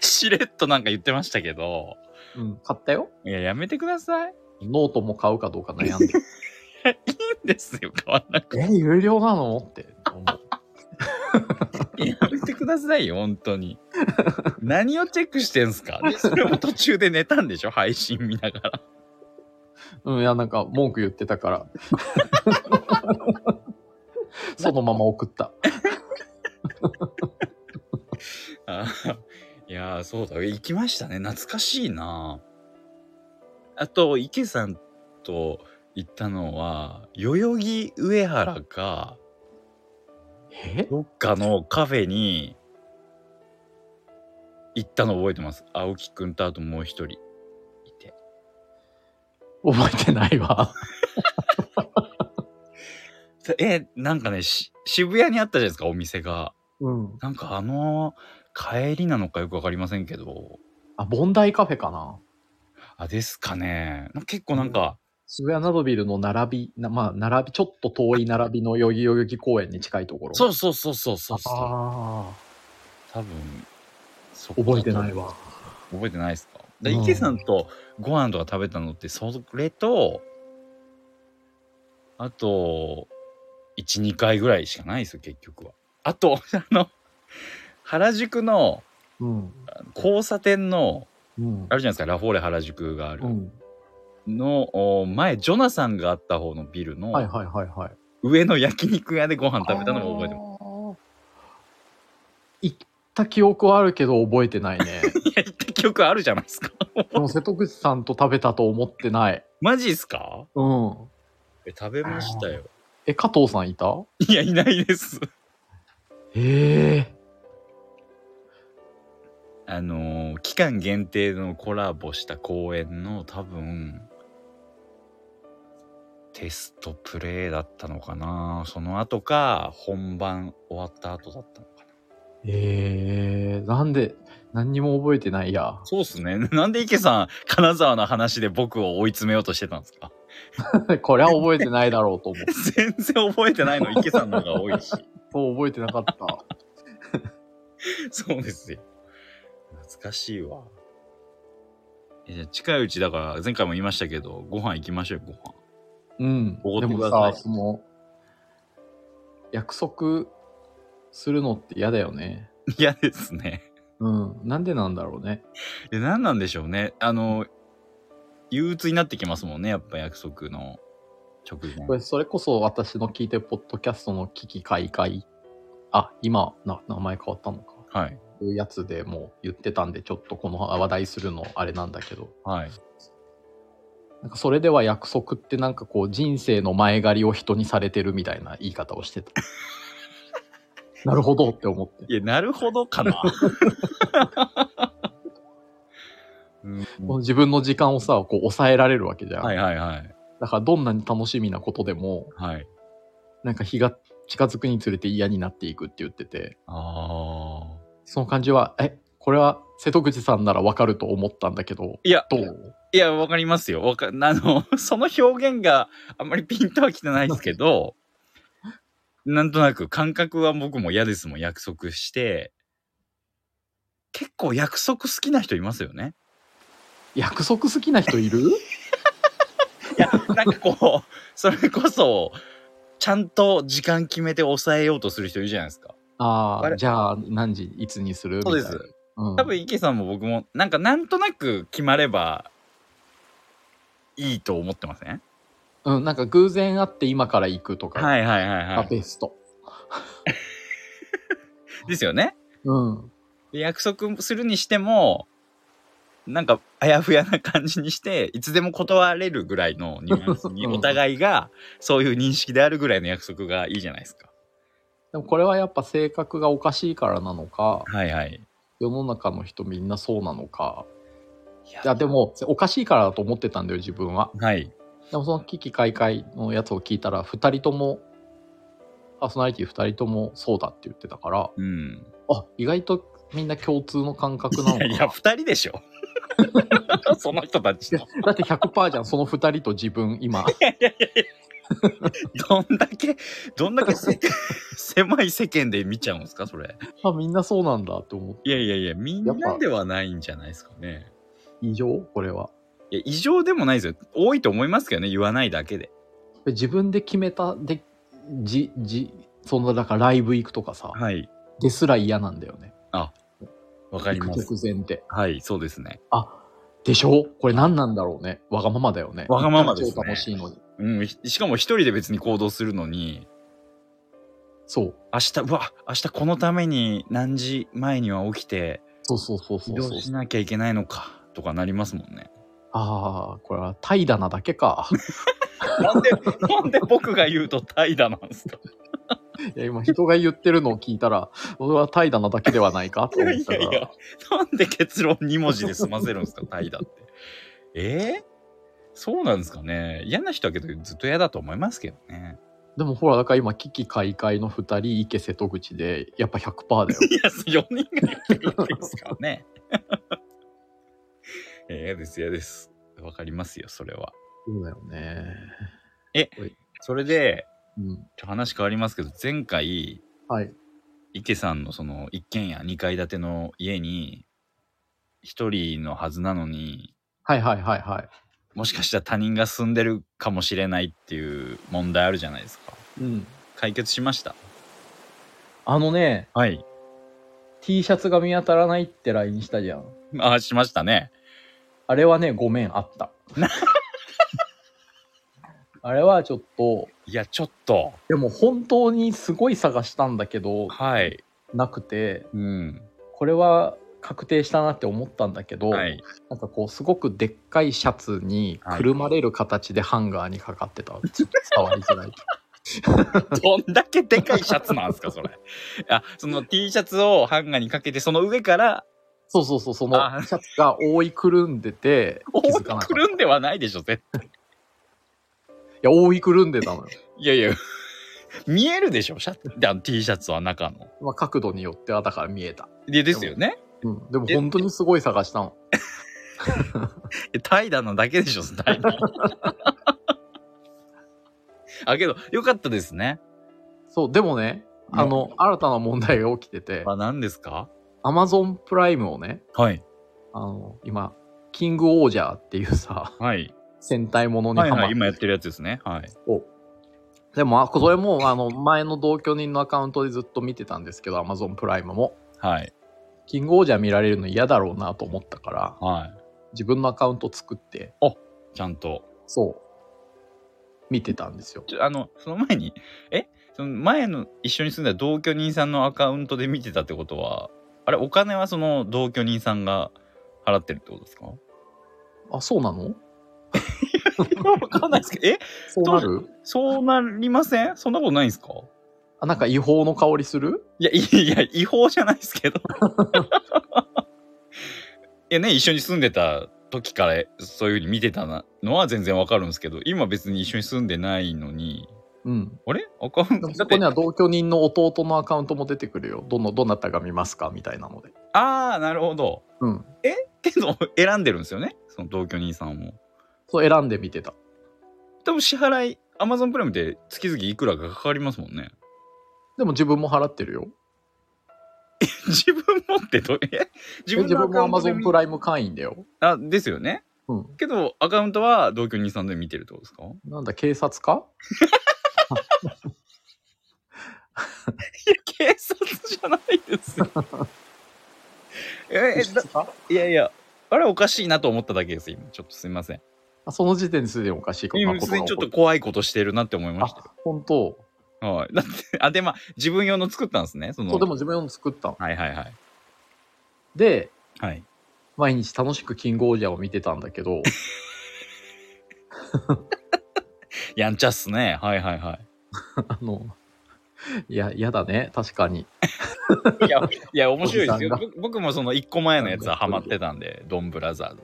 [SPEAKER 1] しれっとなんか言ってましたけど
[SPEAKER 2] うん、買ったよ。
[SPEAKER 1] いややめてください
[SPEAKER 2] ノートも買うかどうか悩 んで。
[SPEAKER 1] ですよ、変わらなく
[SPEAKER 2] え、有料なのって思う。
[SPEAKER 1] て。やめてくださいよ、本当に。何をチェックしてんすかでそれも途中で寝たんでしょ配信見ながら。
[SPEAKER 2] うん、いや、なんか文句言って たから。そのまま送った。
[SPEAKER 1] あー いやー、そうだ。行きましたね。懐かしいなあと、池さんと行ったのは、代々木上原か、
[SPEAKER 2] え
[SPEAKER 1] どっかのカフェに行ったの覚えてます。青木くんとあともう一人いて。
[SPEAKER 2] 覚えてないわ。
[SPEAKER 1] え、なんかね、し渋谷にあったじゃないですか、お店が。
[SPEAKER 2] うん。
[SPEAKER 1] なんかあの帰りなのかよくわかりませんけど、
[SPEAKER 2] あ、ボンダイカフェかな。
[SPEAKER 1] あ、ですかね。なんか結構なんか、
[SPEAKER 2] 渋谷ナドビルの並び、なまあ、並び、ちょっと遠い並びの代々木代々木公園に近いところ。
[SPEAKER 1] そうそうそうそうそうそう。
[SPEAKER 2] あ
[SPEAKER 1] 多分、そ
[SPEAKER 2] あ、
[SPEAKER 1] こだと
[SPEAKER 2] 覚えてない。わ。
[SPEAKER 1] 覚えてないですか。で、
[SPEAKER 2] うん
[SPEAKER 1] 池さんとご飯とか食べたのって、それと、あと、1、2回ぐらいしかないですよ、結局は。あと、 あの、原宿の
[SPEAKER 2] うん。
[SPEAKER 1] 交差点の、
[SPEAKER 2] うん
[SPEAKER 1] あ。るじゃないですか、ラフォーレ原宿がある。
[SPEAKER 2] うん。
[SPEAKER 1] のお前ジョナサンがあった方のビル
[SPEAKER 2] はい
[SPEAKER 1] の
[SPEAKER 2] はいはいはい。
[SPEAKER 1] 上の焼肉屋でご飯食べたのも覚えてます。
[SPEAKER 2] ます。行った記憶はあるけど覚えてない ね。
[SPEAKER 1] いや行った記憶あるじゃないですか。
[SPEAKER 2] でも瀬戸口さんと食べたと思ってない。
[SPEAKER 1] マジっすか
[SPEAKER 2] うん。
[SPEAKER 1] え食べましたよ。
[SPEAKER 2] え、加藤さんいた
[SPEAKER 1] いやいないです。
[SPEAKER 2] ええ
[SPEAKER 1] あのー期間限定のコラボした公演の多分テストプレイだったのかなその後か本番終わった後だったのかな
[SPEAKER 2] ええなんで、何にも覚えてないや。
[SPEAKER 1] そうっすねなんで池さん金沢の話で僕を追い詰めようとしてたんですか
[SPEAKER 2] これは覚えてないだろうと思う。
[SPEAKER 1] 全然覚えてないの池さんの方が多いし
[SPEAKER 2] そう覚えてなかった。
[SPEAKER 1] そうですよ懐かしいわえじゃあ近いうちだから前回も言いましたけどご飯行きましょうよご飯
[SPEAKER 2] うん。
[SPEAKER 1] おご
[SPEAKER 2] で
[SPEAKER 1] ってく
[SPEAKER 2] も
[SPEAKER 1] ださい
[SPEAKER 2] さ、その、約束するのって嫌だよね。
[SPEAKER 1] 嫌ですね
[SPEAKER 2] うん。なんでなんだろうね。
[SPEAKER 1] で何なんでしょうねあの憂鬱になってきますもんねやっぱ約束の直
[SPEAKER 2] こ
[SPEAKER 1] 前
[SPEAKER 2] れ、それこそ私の聞いてるポッドキャストの危機開会。あ、今、な名前変わったのか。
[SPEAKER 1] はい
[SPEAKER 2] いうやつでもう言ってたんで、ちょっとこの話題するのあれなんだけど、
[SPEAKER 1] はい。
[SPEAKER 2] なんかそれでは約束ってなんかこう人生の前借りを人にされてるみたいな言い方をし てた。なるほどって思って。
[SPEAKER 1] いや、なるほどかな。 うん
[SPEAKER 2] この自分の時間をさ、こう抑えられるわけじゃん。
[SPEAKER 1] はいはいはい。
[SPEAKER 2] だからどんなに楽しみなことでも、
[SPEAKER 1] はい。
[SPEAKER 2] なんか日が近づくにつれて嫌になっていくって言ってて、
[SPEAKER 1] ああ。
[SPEAKER 2] その感じは、え、これは瀬戸口さんならわかると思ったんだけど、
[SPEAKER 1] いや、
[SPEAKER 2] どう
[SPEAKER 1] いや、わかりますよ。わか、あ の、その表現があんまりピンとは来てないですけ ど、なんとなく感覚は僕も嫌ですもん、約束して。結構約束好きな人いますよね。
[SPEAKER 2] 約束好きな人 いる
[SPEAKER 1] いや、なんかこう、それこそ、ちゃんと時間決めて抑えようとする人いるじゃないですか。
[SPEAKER 2] あ
[SPEAKER 1] あ
[SPEAKER 2] あ、
[SPEAKER 1] れ
[SPEAKER 2] じゃあ何時、いつにするみた
[SPEAKER 1] そ
[SPEAKER 2] い
[SPEAKER 1] う
[SPEAKER 2] な。
[SPEAKER 1] です。
[SPEAKER 2] うん
[SPEAKER 1] 多分池さんも僕も、なんかなんとなく決まれば、いいと思ってません
[SPEAKER 2] うん、なんか偶然会って今から行くとか
[SPEAKER 1] はいはいはいは
[SPEAKER 2] が
[SPEAKER 1] い。
[SPEAKER 2] ベスト。
[SPEAKER 1] ですよね。
[SPEAKER 2] うん。
[SPEAKER 1] で約束するにしてもなんかあやふやな感じにしていつでも断れるぐらいのニュアンスに
[SPEAKER 2] うん
[SPEAKER 1] お互いがそういう認識であるぐらいの約束がいいじゃないですか。
[SPEAKER 2] でもこれはやっぱ性格がおかしいからなのか、
[SPEAKER 1] はいはい。
[SPEAKER 2] 世の中の人みんなそうなのか。
[SPEAKER 1] い
[SPEAKER 2] いや、でもおかしいからだと思ってたんだよ、自分は。
[SPEAKER 1] はい。
[SPEAKER 2] でもその危機開会のやつを聞いたら、二人とも、パーソナリティ二人ともそうだって言ってたから、
[SPEAKER 1] うん。
[SPEAKER 2] あ、意外とみんな共通の感覚なのか
[SPEAKER 1] い
[SPEAKER 2] な。
[SPEAKER 1] や二人でし ょ。その人たちと。
[SPEAKER 2] だって100%じゃん、その二人と自分、 今。
[SPEAKER 1] どんだけどんだけ せ狭い世間で見ちゃうんですかそれ。
[SPEAKER 2] あ、みんなそうなんだって思って。
[SPEAKER 1] いやいやいやみん
[SPEAKER 2] やっ
[SPEAKER 1] な
[SPEAKER 2] ぱ
[SPEAKER 1] ではないんじゃないですかね。
[SPEAKER 2] 異常これは。
[SPEAKER 1] いや異常でもないですよ。多いと思いますけどね言わないだけで。
[SPEAKER 2] で自分で決めたでじじそのだからライブ行くとかさ、
[SPEAKER 1] はい。
[SPEAKER 2] ですら嫌なんだよね
[SPEAKER 1] わか
[SPEAKER 2] 行
[SPEAKER 1] り
[SPEAKER 2] く
[SPEAKER 1] ます。
[SPEAKER 2] 直前で
[SPEAKER 1] はい、そうですね。
[SPEAKER 2] あでしょこれ何なんだろうねわがままだよね
[SPEAKER 1] わがままですね
[SPEAKER 2] 超楽しいのに
[SPEAKER 1] うん、ひしかも一人で別に行動するのに、
[SPEAKER 2] そう
[SPEAKER 1] 明日、うわ、明日このために何時前には起きて
[SPEAKER 2] そうそうそうそ
[SPEAKER 1] 移
[SPEAKER 2] う
[SPEAKER 1] 動
[SPEAKER 2] そう
[SPEAKER 1] しなきゃいけないのか、とかなりますもんね。
[SPEAKER 2] ああこれは怠惰なだけか
[SPEAKER 1] なんで、なんで僕が言うと怠惰なんですか
[SPEAKER 2] いや今人が言ってるのを聞いたら俺は怠惰なだけでは ないかと
[SPEAKER 1] いや
[SPEAKER 2] 思っ
[SPEAKER 1] い
[SPEAKER 2] た
[SPEAKER 1] や
[SPEAKER 2] ら
[SPEAKER 1] いや、なんで結論2文字で済ませるん ですか、怠惰って。えー、そうなんですかね。嫌な人はけどずっと嫌だと思いますけどね。
[SPEAKER 2] でもほらだから今危機開会の2人池瀬戸口でやっぱ100%だよ
[SPEAKER 1] いや、4人が言ってるわけですからね。 いや嫌です、嫌です。わかりますよ、それは。
[SPEAKER 2] そうだよね
[SPEAKER 1] それで、
[SPEAKER 2] うん
[SPEAKER 1] ちょ話変わりますけど前回
[SPEAKER 2] はい
[SPEAKER 1] 池さんのその一軒家2階建ての家に一人のはずなのに
[SPEAKER 2] はいはいはいはい
[SPEAKER 1] もしかしたら他人が住んでるかもしれないっていう問題あるじゃないですか
[SPEAKER 2] うん
[SPEAKER 1] 解決しました
[SPEAKER 2] あのね、
[SPEAKER 1] はい
[SPEAKER 2] T シャツが見当たらないって LINE したじゃん。
[SPEAKER 1] あしましたね
[SPEAKER 2] あれはね、ごめん、あった。 あれはちょっと、
[SPEAKER 1] いやちょっと
[SPEAKER 2] でも本当にすごい探したんだけど、
[SPEAKER 1] はい
[SPEAKER 2] なくて、
[SPEAKER 1] うん
[SPEAKER 2] これは確定したなって思ったんだけど、
[SPEAKER 1] はい
[SPEAKER 2] なんかこう、すごくでっかいシャツに
[SPEAKER 1] はい
[SPEAKER 2] くるまれる形でハンガーにかかってた。ちょ っと伝わりづらい。
[SPEAKER 1] どんだけでかいシャツなんですかそれあその T シャツをハンガーにかけてその上から
[SPEAKER 2] そうそうそう、その
[SPEAKER 1] あ
[SPEAKER 2] シャツが覆いくるん でて、
[SPEAKER 1] お
[SPEAKER 2] 気づかなかった。
[SPEAKER 1] くるんではないでしょ絶対
[SPEAKER 2] いや、覆いくるんでたのよ。
[SPEAKER 1] いやい や見えるでしょシャツあの T シャツは中の
[SPEAKER 2] まあ、角度によってはだから見えた。
[SPEAKER 1] でですよね。
[SPEAKER 2] うん、でも本当にすごい探したの。
[SPEAKER 1] 怠惰なだけでしょ、怠 惰。あ、けど、よかったですね。
[SPEAKER 2] そう、でもね、あの、新たな問題が起きてて、
[SPEAKER 1] あ、何ですか
[SPEAKER 2] Amazon プライムをね、
[SPEAKER 1] はい。
[SPEAKER 2] あの、今、キングオージャーっていうさ、
[SPEAKER 1] はい。
[SPEAKER 2] 戦隊ものに
[SPEAKER 1] はい
[SPEAKER 2] ハマって、
[SPEAKER 1] はい、今やってるやつですね。はい。
[SPEAKER 2] でも、あこれも、あの、前の同居人のアカウントでずっと見てたんですけど、Amazon プライムも。
[SPEAKER 1] はい。
[SPEAKER 2] キングオージャー見られるの嫌だろうなと思ったから、
[SPEAKER 1] は
[SPEAKER 2] 自分のアカウント作って、
[SPEAKER 1] い。ちゃんと。
[SPEAKER 2] そう、見てたんですよ。
[SPEAKER 1] ちょあの、その前に、 えその前の一緒に住んだ同居人さんのアカウントで見てたってことは、ああれ、お金はその同居人さんが払ってるってことですか
[SPEAKER 2] あ、そうなの
[SPEAKER 1] わかんないですけど、え
[SPEAKER 2] そうなる
[SPEAKER 1] そうなりませんそんなことないんですか
[SPEAKER 2] あなんか違法の香りする
[SPEAKER 1] いや、いいや、違法じゃないですけど。 いやね、一緒に住んでた時からそういうふうに見てたなのは全然わかるんですけど、今別に一緒に住んでないのに、
[SPEAKER 2] うん。
[SPEAKER 1] あれアカウントだ
[SPEAKER 2] そ
[SPEAKER 1] っ
[SPEAKER 2] こ
[SPEAKER 1] て
[SPEAKER 2] に、は同居人の弟のアカウントも出てくるよ。どの、どなたが見ますかみたいなので。
[SPEAKER 1] ああ、なるほど。
[SPEAKER 2] うん。
[SPEAKER 1] けど、選んでるんですよね、その同居人さんも。
[SPEAKER 2] そう選んで見てた。
[SPEAKER 1] 多分支払い、Amazon プライムで月々いくらかかかりますもんね。
[SPEAKER 2] でも自分も払ってるよ。
[SPEAKER 1] 自分もってどう、え自
[SPEAKER 2] 自分も
[SPEAKER 1] アカウントで
[SPEAKER 2] Amazon
[SPEAKER 1] 見
[SPEAKER 2] プライム会員だよ。
[SPEAKER 1] あ、ですよね。
[SPEAKER 2] うん。
[SPEAKER 1] けど、アカウントは同居人さんで見てるってことですか
[SPEAKER 2] なんだ、警察か
[SPEAKER 1] いや、警察じゃないですよ。え
[SPEAKER 2] 警
[SPEAKER 1] えだ
[SPEAKER 2] 察か
[SPEAKER 1] いやいや、あれおかしいなと思っただけです、今。ちょっとすみません。
[SPEAKER 2] あその時点ですでにおかしいこと
[SPEAKER 1] 今、
[SPEAKER 2] な
[SPEAKER 1] 普
[SPEAKER 2] こと
[SPEAKER 1] 通
[SPEAKER 2] が
[SPEAKER 1] に
[SPEAKER 2] 起
[SPEAKER 1] ちょっ
[SPEAKER 2] ことる。
[SPEAKER 1] 怖いことしてるなって思いまし
[SPEAKER 2] あ、本当。
[SPEAKER 1] た。はい。だって、あ、で、まあ、自分用の作ったんですね。その。
[SPEAKER 2] そう、でも自分用の作ったの。
[SPEAKER 1] はいはいはい。
[SPEAKER 2] で、
[SPEAKER 1] はい。
[SPEAKER 2] 毎日楽しくキングオージャーを見てたんだけど、
[SPEAKER 1] やんちゃっすね。はいはいは
[SPEAKER 2] あの、いや、嫌だね、確かに。
[SPEAKER 1] い。いや、いや、面白いです
[SPEAKER 2] お
[SPEAKER 1] よ。
[SPEAKER 2] じさ
[SPEAKER 1] 僕僕もその一個前のやつはハマってたんで、ドンブラザーズ。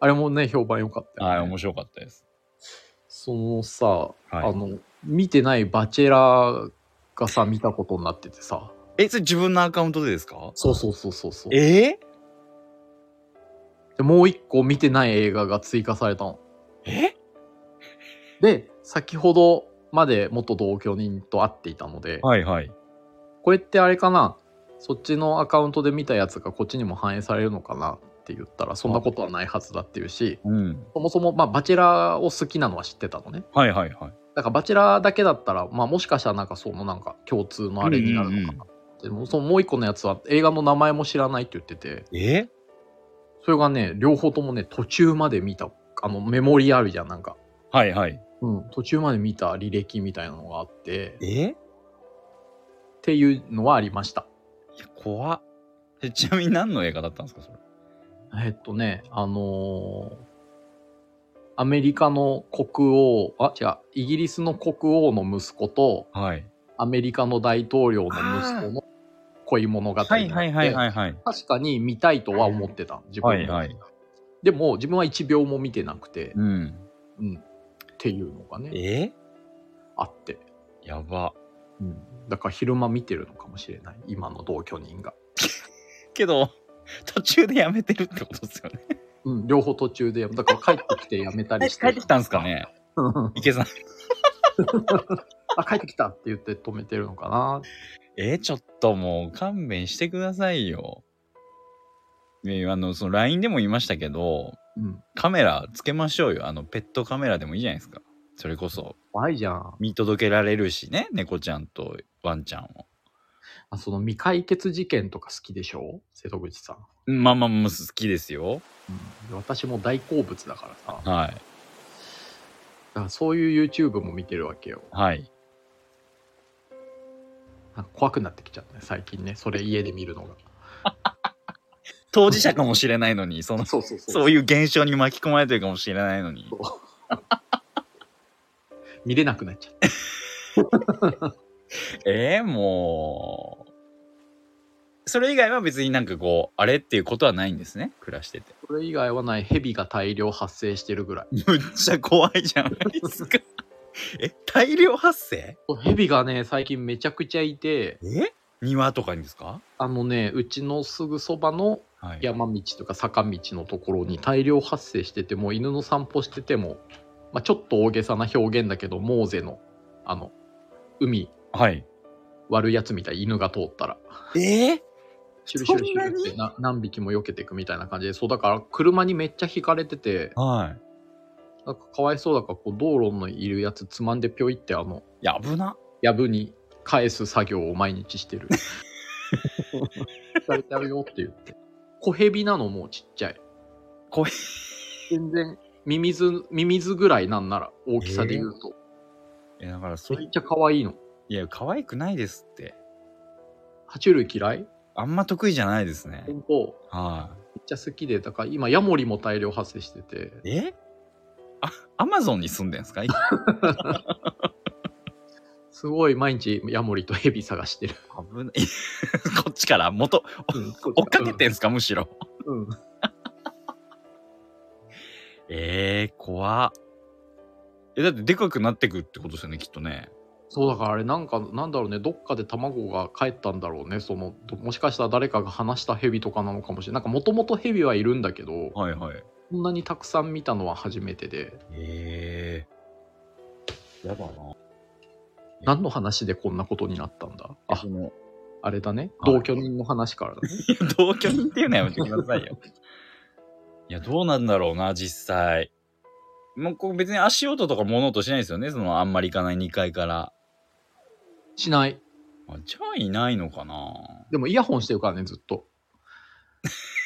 [SPEAKER 2] あれもね、評判良かったよ、
[SPEAKER 1] は
[SPEAKER 2] ね。
[SPEAKER 1] い、面白かったです。
[SPEAKER 2] そのさ、あ
[SPEAKER 1] はい。
[SPEAKER 2] の、見てないバチェラーがさ、見たことになっててさ、
[SPEAKER 1] え、それ自分のアカウントでですか
[SPEAKER 2] そうそうそうそうそう。
[SPEAKER 1] え
[SPEAKER 2] で、もう一個見てない映画が追加されたの。
[SPEAKER 1] ー、え
[SPEAKER 2] で、先ほどまで元同居人と会っていたので、
[SPEAKER 1] はいはい。
[SPEAKER 2] これってあれかなそっちのアカウントで見たやつがこっちにも反映されるのかなって言ったらそんなことはないはずだっていうし
[SPEAKER 1] うん。
[SPEAKER 2] そもそも、まあ、バチェラーを好きなのは知ってたのね
[SPEAKER 1] はいはいはい。
[SPEAKER 2] だからバチェラーだけだったら、まあ、もしかしたらなんかそのなんか共通のあれになるのかな、でもそのもう一個のやつは映画の名前も知らないって言ってて
[SPEAKER 1] え
[SPEAKER 2] それがね両方ともね途中まで見たあのメモリーあるじゃんなんか、
[SPEAKER 1] はいはい。
[SPEAKER 2] うん、途中まで見た履歴みたいなのがあってっ
[SPEAKER 1] え
[SPEAKER 2] ていうのはありました
[SPEAKER 1] いや、怖っ。えちなみに何の映画だったんですか、それ。
[SPEAKER 2] えっとね、あのーアメリカの国王、あ、違う、イギリスの国王の息子と、
[SPEAKER 1] はい。
[SPEAKER 2] アメリカの大統領の息子の恋物語になって、
[SPEAKER 1] はいはいはいはいはい。
[SPEAKER 2] 確かに見たいとは思ってた、自分
[SPEAKER 1] はいはい。
[SPEAKER 2] でも、自分は1秒も見てなくて
[SPEAKER 1] う、ん。
[SPEAKER 2] うん、っていうのがね、
[SPEAKER 1] え
[SPEAKER 2] あって、
[SPEAKER 1] やば。
[SPEAKER 2] うん、だから昼間見てるのかもしれない、今の同居人が。
[SPEAKER 1] けど、途中でやめてるってことですよね。
[SPEAKER 2] うん、両方途中で、だから帰ってきてやめたりして。
[SPEAKER 1] 帰ってきたんですかね
[SPEAKER 2] うん
[SPEAKER 1] 池さん。
[SPEAKER 2] あ、帰ってきたって言って止めてるのかな
[SPEAKER 1] えちょっともう勘弁してくださいよ。えあの、その LINE でも言いましたけど、
[SPEAKER 2] うん。
[SPEAKER 1] カメラつけましょうよ。あの、ペットカメラでもいいじゃないですか。それこそ、
[SPEAKER 2] 怖いじゃん。
[SPEAKER 1] 見届けられるしね、猫ちゃんとワンちゃんを。
[SPEAKER 2] あその未解決事件とか好きでしょ瀬戸口さん、
[SPEAKER 1] うんまあまあまあ、好きですよ。
[SPEAKER 2] うん。私も大好物だからさ。だか
[SPEAKER 1] はい。
[SPEAKER 2] らそういう YouTube も見てるわけよ。
[SPEAKER 1] はい。
[SPEAKER 2] なんか怖くなってきちゃったね、最近ね。それ家で見るのが。
[SPEAKER 1] 当事者かもしれないのに、その、
[SPEAKER 2] そうそうそう。
[SPEAKER 1] そういう現象に巻き込まれてるかもしれないのに。
[SPEAKER 2] 見れなくなっちゃった。
[SPEAKER 1] えー、もう。それ以外は別になんかこう、あれっていうことはないんですね。暮らしてて。
[SPEAKER 2] それ以外はない、蛇が大量発生してるぐらい。
[SPEAKER 1] むっちゃ怖いじゃ ないですか。え、大量発生
[SPEAKER 2] 蛇がね、最近めちゃくちゃいて、
[SPEAKER 1] え庭とかにですか
[SPEAKER 2] あのね、うちのすぐそばの
[SPEAKER 1] はい。
[SPEAKER 2] 山道とか坂道のところに大量発生しててもう犬の散歩してても、まあ、ちょっと大げさな表現だけどモーゼのあの海
[SPEAKER 1] はい。
[SPEAKER 2] 悪いやつみたい犬が通ったら
[SPEAKER 1] えー、
[SPEAKER 2] シュルシュルシュルってな何匹も避けていくみたいな感じでそうだから車にめっちゃ引かれてて
[SPEAKER 1] はい。
[SPEAKER 2] なんかかわいそうだからこう道路のいるやつつまんでぴょいってあの
[SPEAKER 1] いや、危な。
[SPEAKER 2] やぶに返す作業を毎日してる引かれてあるよって言って小蛇なのもうちっちゃい
[SPEAKER 1] 怖い。
[SPEAKER 2] 全然ミミズ、ミミズぐらいなんなら大きさで言うと。
[SPEAKER 1] いや、だからそ
[SPEAKER 2] め
[SPEAKER 1] れ
[SPEAKER 2] っ、ちゃ可愛いの。
[SPEAKER 1] いや、可愛くないですって。
[SPEAKER 2] 爬虫類嫌い
[SPEAKER 1] あんま得意じゃないですね。
[SPEAKER 2] 本当
[SPEAKER 1] は
[SPEAKER 2] めっちゃ好きで、だから今ヤモリも大量発生してて、
[SPEAKER 1] い。えあ、アマゾンに住んでんすか危
[SPEAKER 2] すごい毎日ヤモリとヘビ探してる。
[SPEAKER 1] ない。こっちから元、追っかけてんすかむしろ。
[SPEAKER 2] うん、うん
[SPEAKER 1] ええー、怖っえ、だってでかくなってくってことですよね、きっとね。
[SPEAKER 2] そうだからあれなんかなんだろうねどっかで卵が帰ったんだろうねそのどもしかしたら誰かが話したヘビとかなのかもしれないなんかもともとヘビはいるんだけど
[SPEAKER 1] はいはい。
[SPEAKER 2] こんなにたくさん見たのは初めてで
[SPEAKER 1] ええー。やだな。
[SPEAKER 2] 何の話でこんなことになったんだ
[SPEAKER 1] あ、
[SPEAKER 2] あ
[SPEAKER 1] その、
[SPEAKER 2] あれだね
[SPEAKER 1] はい
[SPEAKER 2] 同居人の話からだね
[SPEAKER 1] 同居人っていうのはやめてくださ いよ。いや、どうなんだろうな、実際。もうこう別に足音とか物音しないですよね、そのあんまり行かない2階から。
[SPEAKER 2] しない
[SPEAKER 1] あじゃあいないのかな
[SPEAKER 2] でもイヤホンしてるからねずっと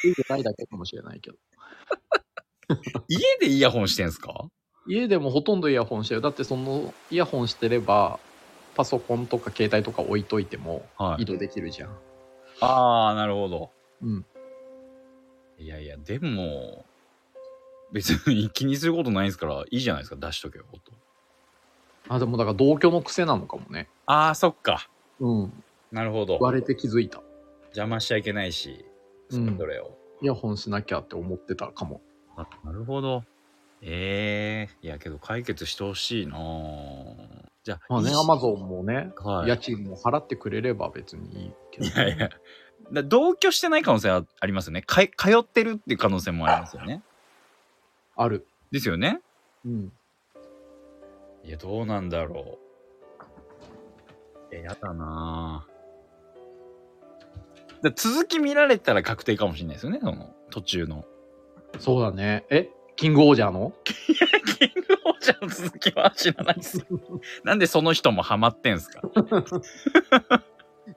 [SPEAKER 2] 家でないだけかもしれないけど
[SPEAKER 1] 家でイヤホンしてんすか
[SPEAKER 2] 家でもほとんどイヤホンしてるだってそのイヤホンしてればパソコンとか携帯とか置いといても
[SPEAKER 1] は
[SPEAKER 2] 移
[SPEAKER 1] い。
[SPEAKER 2] 動できるじゃん、
[SPEAKER 1] ああ、なるほど。
[SPEAKER 2] うん
[SPEAKER 1] いやいや、でも、別に気にすることないですから、いいじゃないですか、出しとけよ、音。
[SPEAKER 2] あでもだから同居の癖なのかもね
[SPEAKER 1] ああ、そっか。
[SPEAKER 2] うん、
[SPEAKER 1] なるほど。
[SPEAKER 2] 割れて気づいた。
[SPEAKER 1] 邪魔しちゃいけないし、そ
[SPEAKER 2] うん
[SPEAKER 1] れを。
[SPEAKER 2] イヤホンしなきゃって思ってたかも。
[SPEAKER 1] あなるほど。ええいやけど解決してほしいなぁじゃあ、
[SPEAKER 2] まあね、
[SPEAKER 1] いい
[SPEAKER 2] アマゾンもね、
[SPEAKER 1] はい。
[SPEAKER 2] 家賃も払ってくれれば別にいいけど。
[SPEAKER 1] いやいや。だ同居してない可能性はありますよね。か通ってるっていう可能性もありますよね。
[SPEAKER 2] ある。
[SPEAKER 1] ですよね。
[SPEAKER 2] うん。
[SPEAKER 1] いや、どうなんだろう。え、やだなぁだ続き見られたら確定かもしれないですよね、その途中の。
[SPEAKER 2] そうだね。えキングオージャーの
[SPEAKER 1] キングオージャーの続きは知らないです。 なんでその人もハマってんすか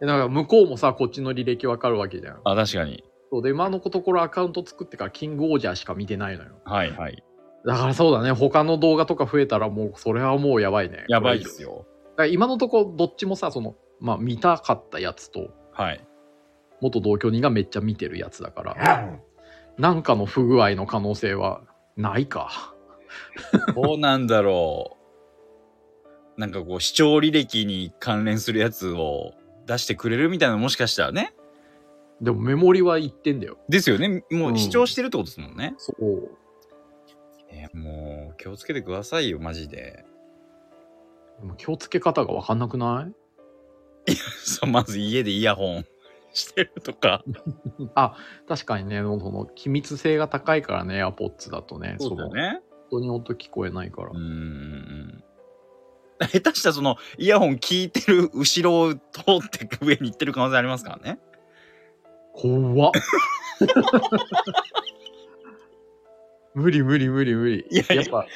[SPEAKER 2] えだから向こうもさ、こっちの履歴わかるわけじゃん。
[SPEAKER 1] あ、確かに。
[SPEAKER 2] そうで、今のところアカウント作ってからキングオージャーしか見てないのよ。
[SPEAKER 1] はいはい。
[SPEAKER 2] だからそうだね、他の動画とか増えたらもう、それはもうやばいね。
[SPEAKER 1] やばいです。よ。
[SPEAKER 2] だから今のところ、どっちもさ、その、まあ見たかったやつと、
[SPEAKER 1] はい。
[SPEAKER 2] 元同居人がめっちゃ見てるやつ だから、なんかの不具合の可能性はないか。
[SPEAKER 1] どうなんだろう。なんかこう、視聴履歴に関連するやつを出してくれるみたいなのもしかしたらね。
[SPEAKER 2] でもメモリは言ってんだよ。
[SPEAKER 1] ですよね。も
[SPEAKER 2] う
[SPEAKER 1] うん視聴してるってことですもんね。
[SPEAKER 2] そう。
[SPEAKER 1] えーもう、気をつけてくださいよ、マジで。
[SPEAKER 2] でも気をつけ方がわかんなくない
[SPEAKER 1] そう、まず家でイヤホンしてるとか。
[SPEAKER 2] 確かにね、その機密性が高いからね、AirPods だとね。の
[SPEAKER 1] ね。
[SPEAKER 2] 本当に音聞こえないから
[SPEAKER 1] うー。ん。下手したらその、イヤホン聞いてる後ろを通って上に行ってる可能性ありますからね。
[SPEAKER 2] 怖っ。 無理無理無理無理。
[SPEAKER 1] いやいや
[SPEAKER 2] っぱ、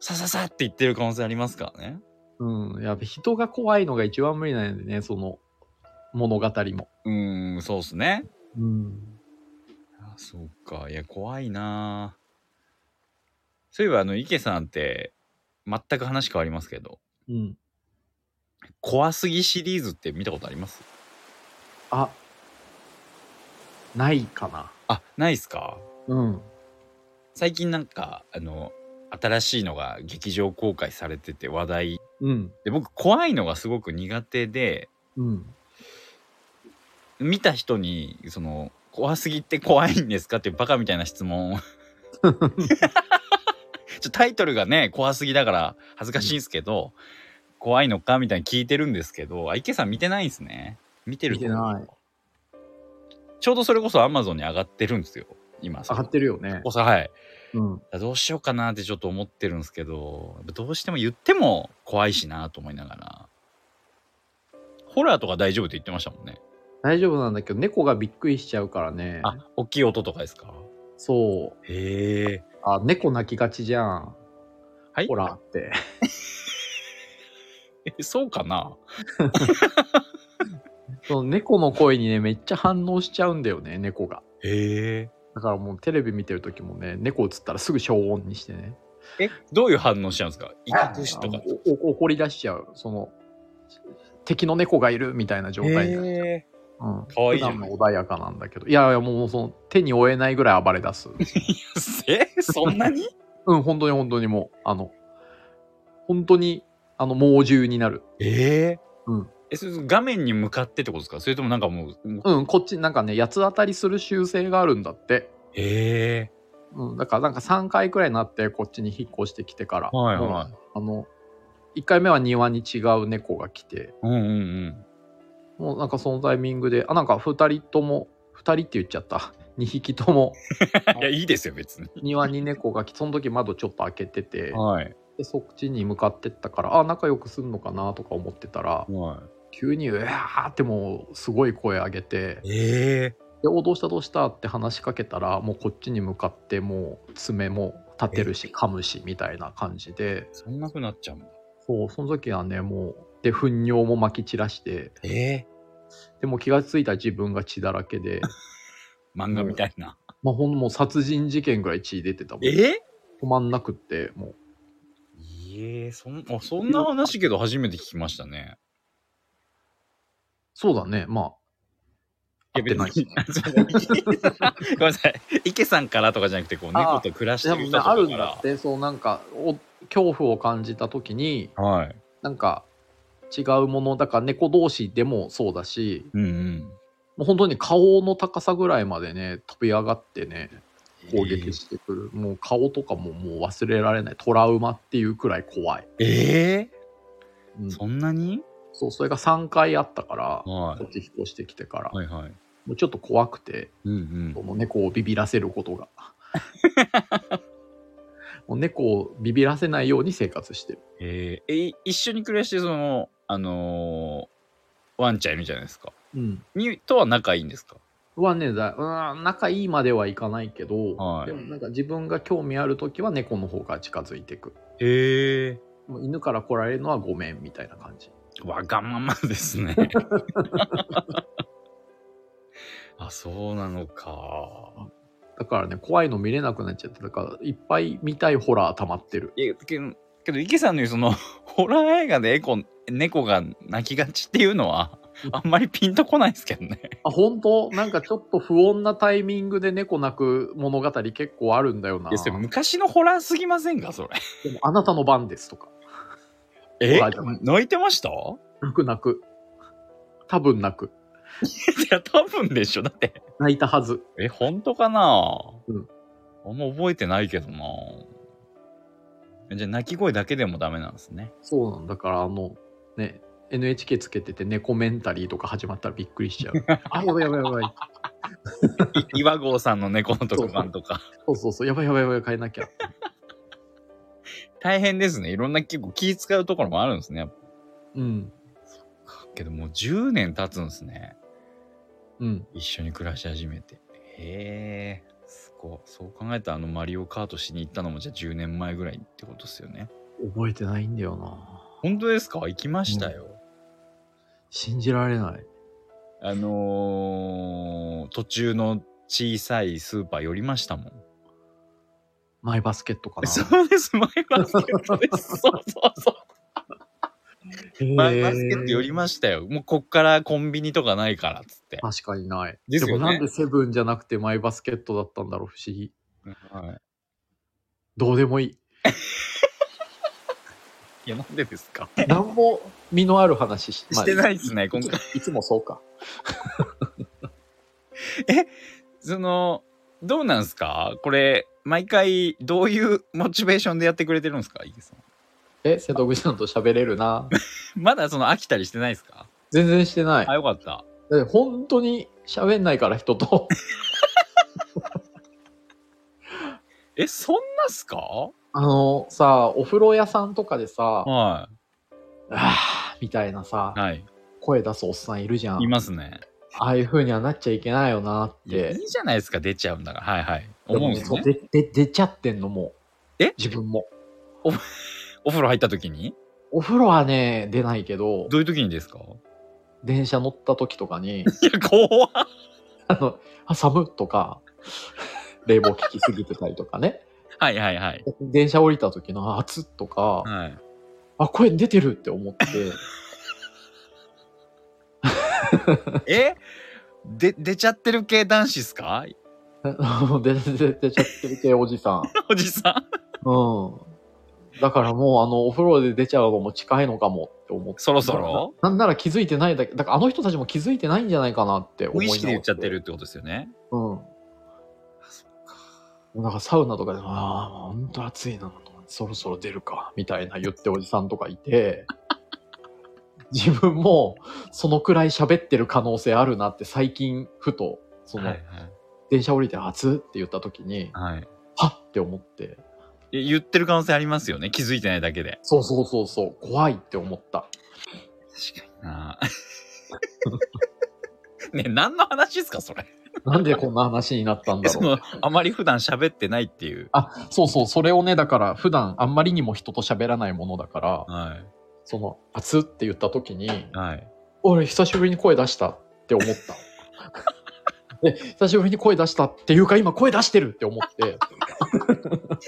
[SPEAKER 1] さささって言ってる可能性ありますからね。
[SPEAKER 2] うん、やっぱ人が怖いのが一番無理なんでね、その物語も。
[SPEAKER 1] うーん、そうっすね。
[SPEAKER 2] うん。
[SPEAKER 1] あそうかいや怖いなあそういえばあの池さんって全く話変わりますけど
[SPEAKER 2] うん。
[SPEAKER 1] 「怖すぎ」シリーズって見たことあります
[SPEAKER 2] あ、ないかな。
[SPEAKER 1] あないっすか
[SPEAKER 2] うん。
[SPEAKER 1] 最近なんかあの新しいのが劇場公開されてて話題
[SPEAKER 2] うん。
[SPEAKER 1] で僕怖いのがすごく苦手で
[SPEAKER 2] うん。
[SPEAKER 1] 見た人にその「怖すぎって怖いんですか?」っていうバカみたいな質 問をちょタイトルがね怖すぎだから恥ずかしいんですけど、怖いのかみたいに聞いてるんですけどあ池さん見てないんですね見てる
[SPEAKER 2] 見てない
[SPEAKER 1] ちょうどそれこそ Amazon に上がってるんですよ今
[SPEAKER 2] 上がってるよね
[SPEAKER 1] こ。こさはい
[SPEAKER 2] うん。
[SPEAKER 1] どうしようかなってちょっと思ってるんですけどやっぱどうしても言っても怖いしなと思いながらホラーとか大丈夫って言ってましたもんね
[SPEAKER 2] 大丈夫なんだけど、猫がびっくりしちゃうからね。
[SPEAKER 1] あ大きい音とかですか
[SPEAKER 2] そう。
[SPEAKER 1] へえ
[SPEAKER 2] あ、猫泣きがちじゃん。
[SPEAKER 1] はい
[SPEAKER 2] ほらって。
[SPEAKER 1] え そうかな
[SPEAKER 2] その猫の声にね、めっちゃ反応しちゃうんだよね、猫が。
[SPEAKER 1] へえ。
[SPEAKER 2] だからもうテレビ見てる時もね、猫映ったらすぐ消音にしてね。
[SPEAKER 1] え、どういう反応しちゃうんですか威嚇しとか
[SPEAKER 2] あ。のおお怒り出しちゃう。その、敵の猫がいるみたいな状態になっちゃう。
[SPEAKER 1] え。
[SPEAKER 2] うん、
[SPEAKER 1] かわいいじゃん
[SPEAKER 2] 普段は穏やかなんだけどいやいやもうその手に負えないぐらい暴れ出す
[SPEAKER 1] えそんなに
[SPEAKER 2] うん本当に本当にもうあの本当にあの猛獣になる
[SPEAKER 1] ええ
[SPEAKER 2] うん
[SPEAKER 1] えそれ画面に向かってってことですかそれともなんかもう、
[SPEAKER 2] うんこっちなんかね八つ当たりする習性があるんだって
[SPEAKER 1] ええ
[SPEAKER 2] うん、だからなんか3回くらいになってこっちに引っ越してきてから、
[SPEAKER 1] はいはい
[SPEAKER 2] もうあの1回目は庭に違う猫が来て
[SPEAKER 1] うんうんうん
[SPEAKER 2] もうなんかそのタイミングであなんか2人とも2人って言っちゃった2匹とも
[SPEAKER 1] いやいいですよ別に
[SPEAKER 2] 庭に猫が来てその時窓ちょっと開けてて
[SPEAKER 1] はい
[SPEAKER 2] でそっちに向かってったからあ仲良くすんのかなとか思ってたら
[SPEAKER 1] は
[SPEAKER 2] 急に「うわー」ってもうすごい声上げて
[SPEAKER 1] いええ
[SPEAKER 2] 「でおどうしたどうした?」って話しかけたらもうこっちに向かってもう爪も立てるし噛むしみたいな感じで。
[SPEAKER 1] そんなくなっちゃうんだ
[SPEAKER 2] そう、その時はね、もう、で、糞尿も撒き散らして、
[SPEAKER 1] ええ
[SPEAKER 2] でも気がついた自分が血だらけで、
[SPEAKER 1] 漫画みたいな、
[SPEAKER 2] まあ、ほんもう殺人事件ぐらい血出てたもん。
[SPEAKER 1] ええ
[SPEAKER 2] 止まんなくって、もう。
[SPEAKER 1] いえそんあそんな話けど初めて聞きましたね
[SPEAKER 2] そうだね、まあ、合ってないし、ね。
[SPEAKER 1] ごめんなさい池さんからとかじゃなくてこう
[SPEAKER 2] あ
[SPEAKER 1] 猫と暮らして
[SPEAKER 2] で
[SPEAKER 1] る
[SPEAKER 2] も
[SPEAKER 1] 人
[SPEAKER 2] ね、
[SPEAKER 1] とか
[SPEAKER 2] あるん
[SPEAKER 1] か
[SPEAKER 2] だ
[SPEAKER 1] ら
[SPEAKER 2] って、そう、なんか、お恐怖を感じた時に、
[SPEAKER 1] はい
[SPEAKER 2] なんか、違うもの、だから猫同士でもそうだし、
[SPEAKER 1] うんうん
[SPEAKER 2] もう本当に顔の高さぐらいまでね、飛び上がってね、攻撃してくる、もう顔とかももう忘れられないトラウマっていうくらい怖い、
[SPEAKER 1] ええ
[SPEAKER 2] うん
[SPEAKER 1] そんなに、
[SPEAKER 2] そうそれが3回あったから、
[SPEAKER 1] はい
[SPEAKER 2] こっち引っ越してきてから、
[SPEAKER 1] はいはい
[SPEAKER 2] もうちょっと怖くて
[SPEAKER 1] うんうん
[SPEAKER 2] その猫をビビらせる ことがもう猫をビビらせないように生活してる
[SPEAKER 1] えーえい一緒に暮らしてそのあのーワンちゃんいるじゃないですか
[SPEAKER 2] うん
[SPEAKER 1] にとは仲いいんですか
[SPEAKER 2] はねだうん仲いいまではいかないけど、
[SPEAKER 1] はい
[SPEAKER 2] でもなんか自分が興味ある時は猫の方が近づいてく
[SPEAKER 1] へえ
[SPEAKER 2] もう犬から来られるのはごめんみたいな感じ
[SPEAKER 1] わがままです ねあそうなのか
[SPEAKER 2] だからね、怖いの見れなくなっちゃって、だから、いっぱい見たいホラー溜まってる。
[SPEAKER 1] いやけどけど池さんの言うそのホラー映画でエコ猫が泣きがちっていうの はあんまりピンとこないですけどね
[SPEAKER 2] あ、本当なんかちょっと不穏なタイミングで猫泣く物語結構あるんだよな。
[SPEAKER 1] いやそれ昔のホラーすぎませんかそれ
[SPEAKER 2] でもあなたの番ですとか。
[SPEAKER 1] え
[SPEAKER 2] ホラーじゃない
[SPEAKER 1] 泣いてましたい
[SPEAKER 2] 泣く泣く。多分泣く。
[SPEAKER 1] や多分でしょだって
[SPEAKER 2] 泣いたはず。
[SPEAKER 1] え、本当かな
[SPEAKER 2] うん。
[SPEAKER 1] あんま覚えてないけどなえじゃあ、泣き声だけでもダメなんですね。
[SPEAKER 2] そうなんだから、あの、ね、NHK つけてて猫メンタリーとか始まったらびっくりしちゃう。 あ、やばいやばいやばい。
[SPEAKER 1] い岩合さんの猫の特番とか。
[SPEAKER 2] そうそうそう、やばいやばいやばい、変えなきゃ。
[SPEAKER 1] 大変ですね。いろんな結構気使うところもあるんですね。
[SPEAKER 2] うん。
[SPEAKER 1] けどもう10年経つんですね。
[SPEAKER 2] うん。
[SPEAKER 1] 一緒に暮らし始めて。へえ。すごい。そう考えたらあのマリオカートしに行ったのもじゃあ10年前ぐらいってことですよね。
[SPEAKER 2] 覚えてないんだよな。
[SPEAKER 1] 本当ですか行きましたよ。
[SPEAKER 2] 信じられない。
[SPEAKER 1] あのー、途中の小さいスーパー寄りましたもん。
[SPEAKER 2] マイバスケットかな。
[SPEAKER 1] そうです、マイバスケットです。そうそうそう。 マイバスケット寄りましたよ。もうこっからコンビニとかないからっつって。
[SPEAKER 2] 確かにない。
[SPEAKER 1] で
[SPEAKER 2] です
[SPEAKER 1] よね
[SPEAKER 2] もなんでセブンじゃなくてマイバスケットだったんだろう、不思議。
[SPEAKER 1] は
[SPEAKER 2] どうで もいい。
[SPEAKER 1] い、いや、なんでですか
[SPEAKER 2] なんも身のある話し,、
[SPEAKER 1] してない
[SPEAKER 2] い。
[SPEAKER 1] ですね、今回。
[SPEAKER 2] いつもそ うか。
[SPEAKER 1] その、どうなんですかこれ、毎回、どういうモチベーションでやってくれてるんですか池さん
[SPEAKER 2] え、瀬戸口さんと喋れるな。
[SPEAKER 1] まだその飽きたりしてないですか
[SPEAKER 2] 全然してない。
[SPEAKER 1] あ、よかった。
[SPEAKER 2] だって本当に喋んないから、人と。
[SPEAKER 1] え、そんなっすか
[SPEAKER 2] あのさ、お風呂屋さんとかでさ、あ
[SPEAKER 1] は
[SPEAKER 2] あーみたいなさ、
[SPEAKER 1] い。はい。
[SPEAKER 2] 声出すおっさんいるじゃん。
[SPEAKER 1] いますね。
[SPEAKER 2] ああいう風にはなっちゃいけないよなっ
[SPEAKER 1] いやい
[SPEAKER 2] て。
[SPEAKER 1] いじゃないですか、出ちゃうんだから。はいはい。
[SPEAKER 2] で
[SPEAKER 1] 思う
[SPEAKER 2] も
[SPEAKER 1] ん
[SPEAKER 2] ね
[SPEAKER 1] です
[SPEAKER 2] そう
[SPEAKER 1] ね。
[SPEAKER 2] でで出ちゃってんのもう。
[SPEAKER 1] え
[SPEAKER 2] 自分も。
[SPEAKER 1] お風呂入った時に
[SPEAKER 2] お風呂はね、出ないけど、
[SPEAKER 1] どういう時にですか
[SPEAKER 2] 電車乗った時とかに、
[SPEAKER 1] いや、怖っ
[SPEAKER 2] あの、あ、寒っとか、冷房効きすぎてたりとかね。
[SPEAKER 1] はいはいはい。
[SPEAKER 2] 電車降りた時のあ暑っとか、
[SPEAKER 1] はい。
[SPEAKER 2] あ、声 出てるって思って、
[SPEAKER 1] えで、出ちゃってる系男子っすか
[SPEAKER 2] 出出出ちゃってる系おじさん。
[SPEAKER 1] おじさん。
[SPEAKER 2] うん。だからもう、あの、お風呂で出ちゃうのも近いのかもって思って。
[SPEAKER 1] そろそろ
[SPEAKER 2] ななんなら気づいてないだけ、だからあの人たちも気づいてないんじゃないかなって思
[SPEAKER 1] 無
[SPEAKER 2] い
[SPEAKER 1] 意
[SPEAKER 2] な
[SPEAKER 1] 識で言っちゃってる。ってことですよね。
[SPEAKER 2] うん。なんかサウナとかでも、ああ、もうほんと暑いな、そろそろ出るか、みたいな言っておじさんとかい て、自分もそのくらい喋ってる可能性あるなって最近、ふと、その、電車降りて暑って言った時に、
[SPEAKER 1] はい。はい
[SPEAKER 2] はっって思って、
[SPEAKER 1] いや言ってる可能性ありますよね。気づいてないだけで。
[SPEAKER 2] そうそうそうそう、怖いって思った。
[SPEAKER 1] 確かにな。 ね何の話ですか、それ。
[SPEAKER 2] なんでこんな話になったんだ
[SPEAKER 1] そ
[SPEAKER 2] ろう。
[SPEAKER 1] の、あまり普段喋ってないっていう。
[SPEAKER 2] そうそう、それをね、だから普段あんまりにも人と喋らないものだから、
[SPEAKER 1] は
[SPEAKER 2] その、熱って言った時に、
[SPEAKER 1] い。はい。
[SPEAKER 2] 俺久しぶりに声出したって思った。で、久しぶりに声出したっていうか今声出してるって思って、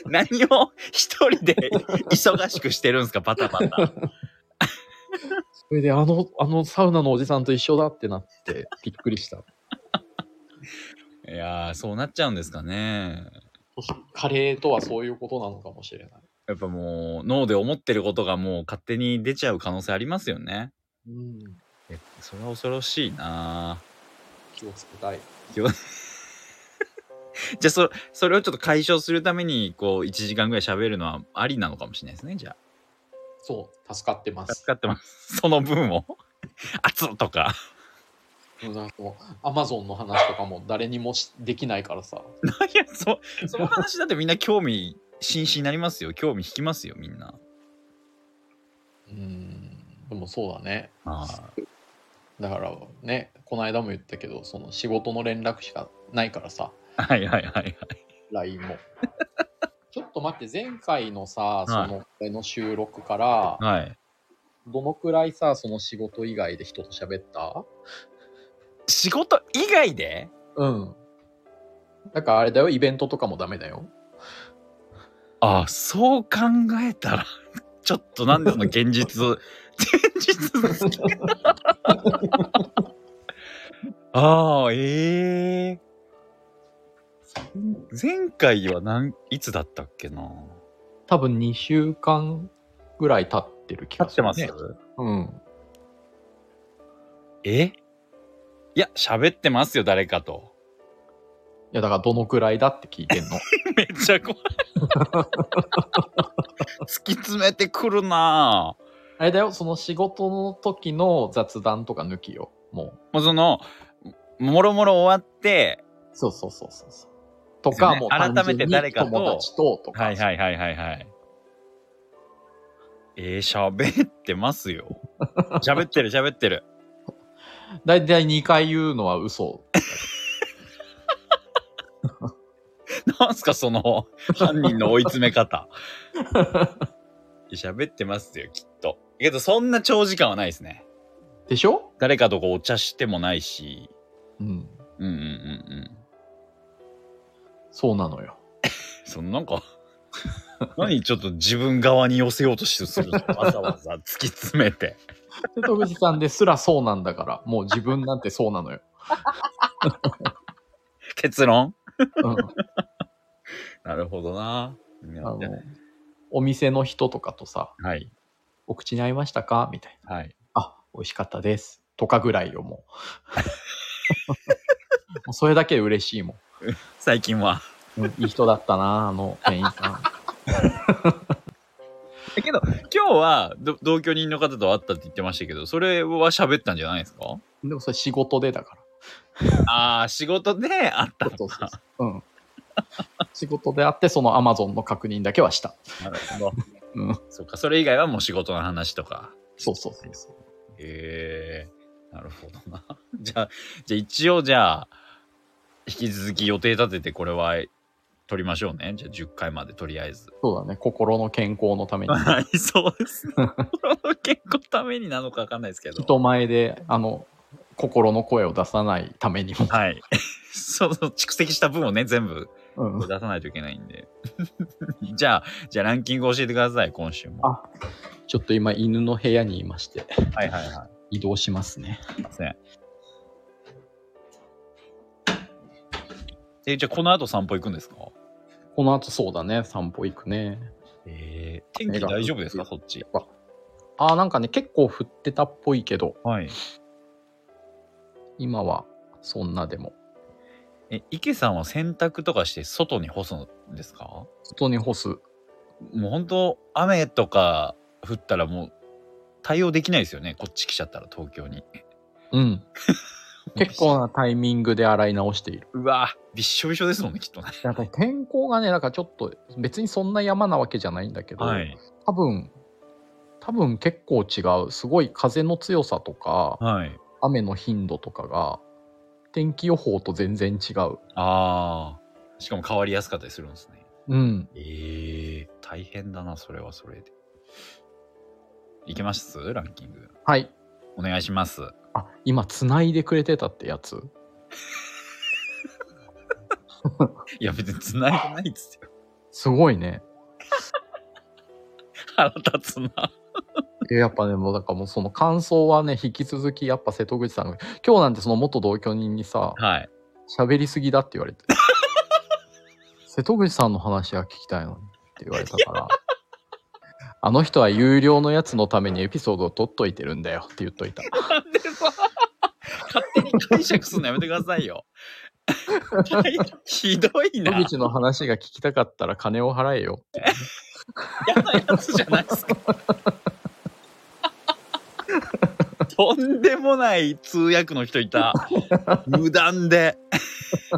[SPEAKER 1] 何を一人で忙しくしてるんですか、パタパ タ。
[SPEAKER 2] それであの、あのサウナのおじさんと一緒だってなってびっくりした。
[SPEAKER 1] いやー、そうなっちゃうんですかね。
[SPEAKER 2] カレーとはそういうことなのかもしれない。
[SPEAKER 1] やっぱもう、脳で思ってることがもう勝手に出ちゃう可能性ありますよね。
[SPEAKER 2] うん、
[SPEAKER 1] えそれは恐ろしいな
[SPEAKER 2] 気をつけたい。
[SPEAKER 1] じゃあそそれをちょっと解消するためにこう1時間ぐらい喋るのはありなのかもしれないですねじゃ
[SPEAKER 2] そう、助かってま
[SPEAKER 1] あ
[SPEAKER 2] す。
[SPEAKER 1] 使ってますその分を 熱っとか
[SPEAKER 2] アマゾンの話とかも誰にもしできないからさ。
[SPEAKER 1] いやそその話だってみんな興味津々になりますよ興味引きますよみんな
[SPEAKER 2] うん、でもそうだね。
[SPEAKER 1] は
[SPEAKER 2] だからね、この間も言ったけど、その仕事の連絡しかないからさ。
[SPEAKER 1] いはいはいはい
[SPEAKER 2] LINE も。 ちょっと待って、前回のさ、そ
[SPEAKER 1] はい
[SPEAKER 2] の、俺の収録から、
[SPEAKER 1] はい
[SPEAKER 2] どのくらいさ、その仕事以外で人と喋った
[SPEAKER 1] 仕事以外で
[SPEAKER 2] うん。だからあれだよ、イベントとかもダメだよ。
[SPEAKER 1] ああそう考えたら ちょっとなんでその現実 現実好き ああええ前回はなんいつだったっけな
[SPEAKER 2] 多分2週間ぐらい経ってる気
[SPEAKER 1] 経
[SPEAKER 2] が
[SPEAKER 1] っ
[SPEAKER 2] す
[SPEAKER 1] て
[SPEAKER 2] る、
[SPEAKER 1] ま
[SPEAKER 2] ね。
[SPEAKER 1] す、
[SPEAKER 2] うん。
[SPEAKER 1] えいや喋ってますよ誰かと
[SPEAKER 2] いや、だからどのくらいだって聞いてんの。
[SPEAKER 1] めっちゃ怖い 突き詰めてくるなぁ
[SPEAKER 2] あれだよ、その仕事の時の雑談とか抜きよ。もう。
[SPEAKER 1] もうそのもろもろ終わって
[SPEAKER 2] そうそうそうそうそう。と
[SPEAKER 1] ですよ
[SPEAKER 2] か、
[SPEAKER 1] ね
[SPEAKER 2] もう
[SPEAKER 1] 改
[SPEAKER 2] 単純
[SPEAKER 1] めて
[SPEAKER 2] に
[SPEAKER 1] 誰かと
[SPEAKER 2] 友達ととか。
[SPEAKER 1] はいはいはいはいはい。えー、喋ってますよ。 喋ってる喋ってる。
[SPEAKER 2] 大体2回言うのは嘘。
[SPEAKER 1] なんすかその犯人の追い詰め方。 喋ってますよきっと。けどそんな長時間はないですね。
[SPEAKER 2] でしょ
[SPEAKER 1] 誰かとこうお茶してもないし。
[SPEAKER 2] うん。
[SPEAKER 1] うんうんうんうん。
[SPEAKER 2] そうなのよ。
[SPEAKER 1] そのなんか 何ちょっと自分側に寄せようとするんです かわざわざ突き詰めて。
[SPEAKER 2] 瀬戸口さんですらそうなんだから、もう自分なんてそうなのよ。
[SPEAKER 1] 結論
[SPEAKER 2] うん、
[SPEAKER 1] なるほどな。
[SPEAKER 2] あのお店の人とかとさ、
[SPEAKER 1] はい
[SPEAKER 2] お口に合いましたかみたいな。
[SPEAKER 1] はい。
[SPEAKER 2] あ、美味しかったです。とかぐらいよ、も う。もうそれだけで嬉しいも
[SPEAKER 1] 最近は。
[SPEAKER 2] ん。うんいい人だったな、あの店員さん。
[SPEAKER 1] えけど今日はど同居人の方と会ったって言ってましたけどそれは喋ったんじゃないですか
[SPEAKER 2] でもそれ仕事でだから。
[SPEAKER 1] ああ仕事で会った
[SPEAKER 2] そうそうそううん、仕事であって、その Amazon の確認だけはした。
[SPEAKER 1] なるほど
[SPEAKER 2] うん、
[SPEAKER 1] そうかそれ以外はもう仕事の話とか
[SPEAKER 2] そうそうそうそう。
[SPEAKER 1] へえなるほどな じゃあじゃあ一応じゃあ引き続き予定立ててこれは取りましょうねじゃあ10回までとりあえず
[SPEAKER 2] そうだね、心の健康のために。
[SPEAKER 1] はいそうですね 心の健康のためになのかわかんないですけど
[SPEAKER 2] 人前で、あの、心の声を出さないためにも。
[SPEAKER 1] はい そうそう蓄積した分をね全部
[SPEAKER 2] うん
[SPEAKER 1] 出さないといけないんで。 じゃあ、じゃあランキング教えてください、今週も。
[SPEAKER 2] あちょっと今犬の部屋にいまして
[SPEAKER 1] はいはいは
[SPEAKER 2] 移動しますね。
[SPEAKER 1] い。すいません。え、じゃあこの後散歩行くんですか
[SPEAKER 2] この後そうだね、散歩行くね。
[SPEAKER 1] えー、天気大丈夫ですかそっち。
[SPEAKER 2] ああ、なんかね、結構降ってたっぽいけど、
[SPEAKER 1] はい。
[SPEAKER 2] 今はそんなでも。
[SPEAKER 1] え、池さんは洗濯とかして外に干すんですか
[SPEAKER 2] 外に干す。
[SPEAKER 1] もう本当雨とか降ったらもう対応できないですよね。こっち来ちゃったら東京に。
[SPEAKER 2] うん。結構なタイミングで洗い直している。
[SPEAKER 1] うわびっしょびしょですもんね、きっとね。
[SPEAKER 2] なんか天候がね、なんかちょっと、別にそんな山なわけじゃないんだけど、
[SPEAKER 1] はい。
[SPEAKER 2] 多分、多分結構違う。すごい風の強さとか、
[SPEAKER 1] はい。
[SPEAKER 2] 雨の頻度とかが、天気予報と全然違う。
[SPEAKER 1] ああ。しかも変わりやすかったりするんですね。
[SPEAKER 2] うん。
[SPEAKER 1] ええ大変だな、それはそれで。いけますランキング。
[SPEAKER 2] はい。
[SPEAKER 1] お願いします。
[SPEAKER 2] あ、今、繋いでくれてたってやつ。
[SPEAKER 1] いや、別に繋いでないっつってよ。
[SPEAKER 2] すごいね。
[SPEAKER 1] 腹立つな。
[SPEAKER 2] えやっぱね、もうだからもうその感想はね、引き続き、やっぱ瀬戸口さんが、今日なんてその元同居人にさ、
[SPEAKER 1] はい。
[SPEAKER 2] 喋りすぎだって言われて。瀬戸口さんの話が聞きたいのにって言われたから。あの人は有料のやつのためにエピソードを取っといてるんだよって言っといた。
[SPEAKER 1] なんでさ、勝手に解釈するのやめてくださいよ。ひどい
[SPEAKER 2] 瀬
[SPEAKER 1] な
[SPEAKER 2] 戸。口の話が聞きたかったら金を払えよって。
[SPEAKER 1] 嫌なやつじゃないですか。とんでもない通訳の人いた。無断で。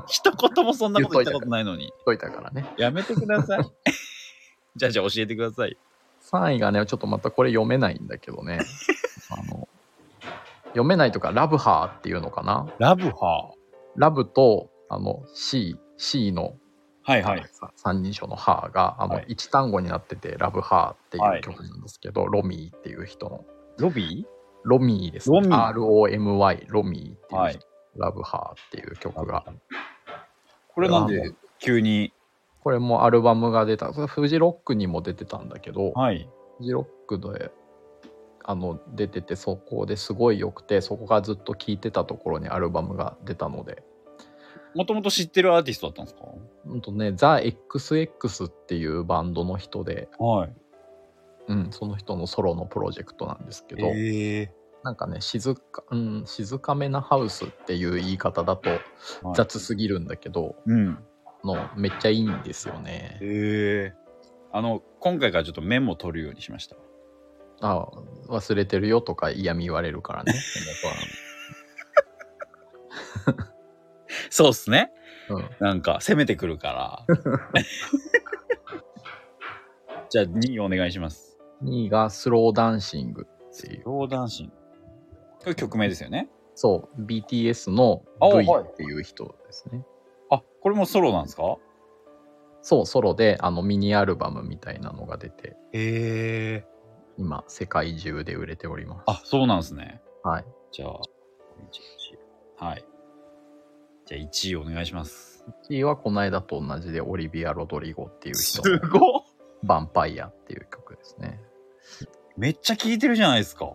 [SPEAKER 1] 一言もそんなこと言ったことないのに
[SPEAKER 2] 言。っといたからね。
[SPEAKER 1] やめてください。 じゃあじゃあ教えてください。
[SPEAKER 2] 3位がね、ちょっとまたこれ読めないんだけどね。あの読めないとか、ラブハーっていうのかな。
[SPEAKER 1] ラブハ
[SPEAKER 2] ラブとあの C、C の
[SPEAKER 1] ー。はいはい。
[SPEAKER 2] 三人称の「ハーがあの
[SPEAKER 1] はい
[SPEAKER 2] 一単語になってて「ラブハーって
[SPEAKER 1] は
[SPEAKER 2] いう
[SPEAKER 1] い
[SPEAKER 2] 曲なんですけど、ロミーっていう人の
[SPEAKER 1] ロビ
[SPEAKER 2] ロミーですね
[SPEAKER 1] ロミー
[SPEAKER 2] ROMY ロミーっていう人、
[SPEAKER 1] はい
[SPEAKER 2] ラブハーっていう曲が
[SPEAKER 1] これなんで急に。
[SPEAKER 2] これもアルバムが出たこれフジロックにも出てたんだけど、
[SPEAKER 1] はい。
[SPEAKER 2] フジロックであの出ててそこですごい良くてそこがずっと聴いてたところにアルバムが出たので
[SPEAKER 1] もともと知ってるアーティストだったんですか
[SPEAKER 2] ほんとねザ・ XX っていうバンドの人で、
[SPEAKER 1] はい。
[SPEAKER 2] うん、その人のソロのプロジェクトなんですけど、
[SPEAKER 1] え
[SPEAKER 2] なんかね静か、うん、静かめなハウスっていう言い方だと
[SPEAKER 1] はい
[SPEAKER 2] 雑すぎるんだけど、
[SPEAKER 1] うん。
[SPEAKER 2] のめっちゃいいんですよね。
[SPEAKER 1] へえあの今回からちょっとメモ取るようにしました
[SPEAKER 2] あ忘れてるよとか嫌味言われるからね。
[SPEAKER 1] そうっすね
[SPEAKER 2] その子は
[SPEAKER 1] なんか攻めてくるから じゃあ2位お願いします
[SPEAKER 2] うん、2位がスローダンシングっていう。
[SPEAKER 1] ローダンシングこれ曲名ですよね
[SPEAKER 2] そう、BTS の
[SPEAKER 1] あ
[SPEAKER 2] V
[SPEAKER 1] はい
[SPEAKER 2] っていう人ですね。
[SPEAKER 1] あこれもソロなんですか
[SPEAKER 2] そう、ソロであのミニアルバムみたいなのが出て、
[SPEAKER 1] へえ
[SPEAKER 2] 今、世界中で売れております。
[SPEAKER 1] あそうなんですね
[SPEAKER 2] はい。
[SPEAKER 1] じゃあはいじゃあ1位お願いします
[SPEAKER 2] 1位はこの間と同じでオリビア・ロドリゴっていう
[SPEAKER 1] す
[SPEAKER 2] 人 の
[SPEAKER 1] ごっ
[SPEAKER 2] 「ヴァンパイア」っていう曲ですね。
[SPEAKER 1] めっちゃ聴いてるじゃないですか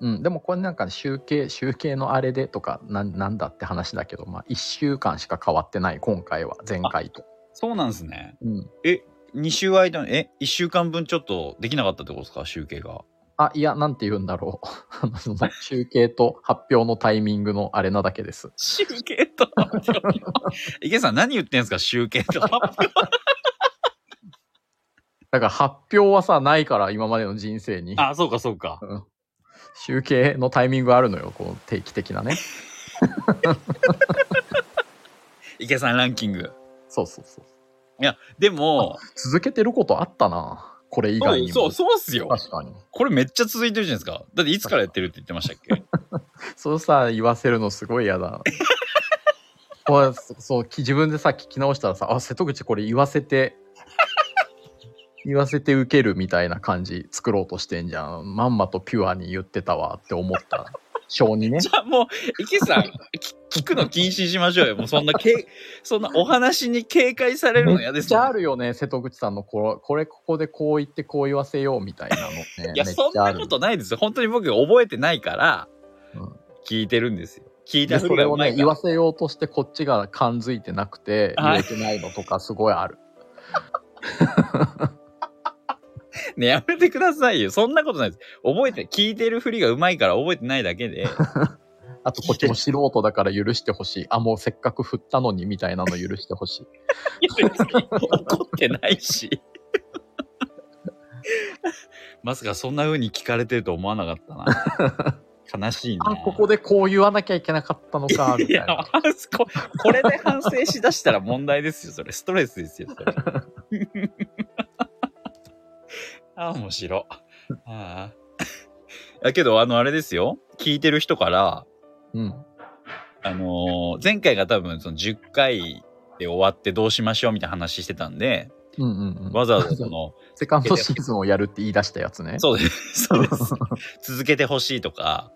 [SPEAKER 2] うん、でもこれなんか集計集計のあれでとかなんなんだって話だけど、まあ、1週間しか変わってない今回は前回と、
[SPEAKER 1] そうなんですね
[SPEAKER 2] うん、
[SPEAKER 1] 2週間にえ1週間分ちょっとできなかったってことですか集計が
[SPEAKER 2] あいやなんて言うんだろう あのその集計と発表のタイミングのあれなだけです
[SPEAKER 1] 集計と発表の池さん何言ってんすか集計と発表
[SPEAKER 2] だから発表はさないから今までの人生に
[SPEAKER 1] あそうかそうか
[SPEAKER 2] うん集計のタイミングあるのよこう定期的なね
[SPEAKER 1] 池さんランキング
[SPEAKER 2] そうそうそう
[SPEAKER 1] いやでも
[SPEAKER 2] 続けてることあったなこれ以外にも
[SPEAKER 1] そうそうっすよ
[SPEAKER 2] 確かに
[SPEAKER 1] これめっちゃ続いてるじゃないですかだっていつからやってるって言ってましたっけ
[SPEAKER 2] そうさ言わせるのすごい嫌 だこれそそうき自分でさ聞き直したらさあ瀬戸口これ言わせて言わせて受けるみたいな感じ作ろうとしてんじゃんまんまとピュアに言ってたわって思った性にね
[SPEAKER 1] じゃあもう池さんき聞くの禁止しましょうよもうそんなけそんなお話に警戒されるの
[SPEAKER 2] め
[SPEAKER 1] 嫌
[SPEAKER 2] っ
[SPEAKER 1] です
[SPEAKER 2] ち
[SPEAKER 1] よ
[SPEAKER 2] ゃあるよね瀬戸口さんのこれこれここでこう言ってこう言わせようみたいなのね
[SPEAKER 1] いや
[SPEAKER 2] めっ
[SPEAKER 1] そん
[SPEAKER 2] ちゃあ
[SPEAKER 1] な
[SPEAKER 2] る
[SPEAKER 1] ことないですよ本当に僕が覚えてないから
[SPEAKER 2] うん
[SPEAKER 1] 聞いてるんですよ聞い
[SPEAKER 2] で
[SPEAKER 1] た
[SPEAKER 2] そ
[SPEAKER 1] ふり
[SPEAKER 2] れ
[SPEAKER 1] は
[SPEAKER 2] を
[SPEAKER 1] うま
[SPEAKER 2] ね
[SPEAKER 1] い
[SPEAKER 2] 言
[SPEAKER 1] が
[SPEAKER 2] わせようとしてこっちが感づいてなくて言
[SPEAKER 1] はい
[SPEAKER 2] えてないのとかすごいある。
[SPEAKER 1] ね、やめてくださいよ。そんなことないです。覚えて、聞いてるふりがうまいから覚えてないだけ で。
[SPEAKER 2] あとこっちも素人だから許してほしい。あもうせっかく振ったのにみたいなの許してほし い。
[SPEAKER 1] 怒ってない し。まさかそんな風に聞かれてると思わなかったな。悲しいな。
[SPEAKER 2] あここでこう言わなきゃいけなかったのかみ
[SPEAKER 1] い
[SPEAKER 2] た
[SPEAKER 1] や
[SPEAKER 2] いな。
[SPEAKER 1] 反省こ、これで反省しだしたら問題ですよ、それ。ストレスですよ、それ。 ああ、面白。ああ。だけど、あの、あれですよ。聞いてる人から、
[SPEAKER 2] うん。
[SPEAKER 1] あのー前回が多分その10回で終わってどうしましょうみたいな話してたんで、
[SPEAKER 2] うんうんう
[SPEAKER 1] わ
[SPEAKER 2] ん。
[SPEAKER 1] ざわざ その、
[SPEAKER 2] セカンドシーズンをやるって言い出したやつね。
[SPEAKER 1] そうです、 そうです。続けてほしいとか、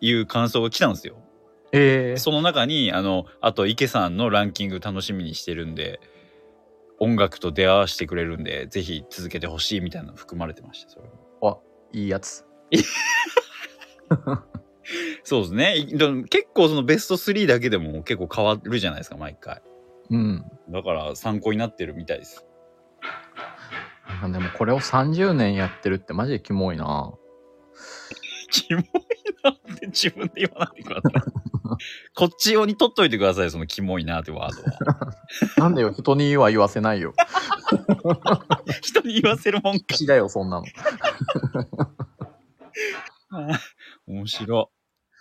[SPEAKER 1] いう感想が来たんですよ。
[SPEAKER 2] えー、
[SPEAKER 1] その中に、あの、あと池さんのランキング楽しみにしてるんで、音楽と出会わせてくれるんで、ぜひ続けてほしいみたいなの含まれてました、それも
[SPEAKER 2] いいやつ。
[SPEAKER 1] そうですね。いでも結構そのベスト3だけでも結構変わるじゃないですか、毎回。
[SPEAKER 2] うん。
[SPEAKER 1] だから参考になってるみたいです。
[SPEAKER 2] まあでもこれを30年やってるってマジでキモいな。
[SPEAKER 1] キモいなって自分で言わないでください。 こっち用に取っといてください、そのキモいなってワードは。
[SPEAKER 2] なんでよ、人には言わせないよ。
[SPEAKER 1] 人に言わせるもんか。
[SPEAKER 2] 口だよ、そんなの。
[SPEAKER 1] 面白い。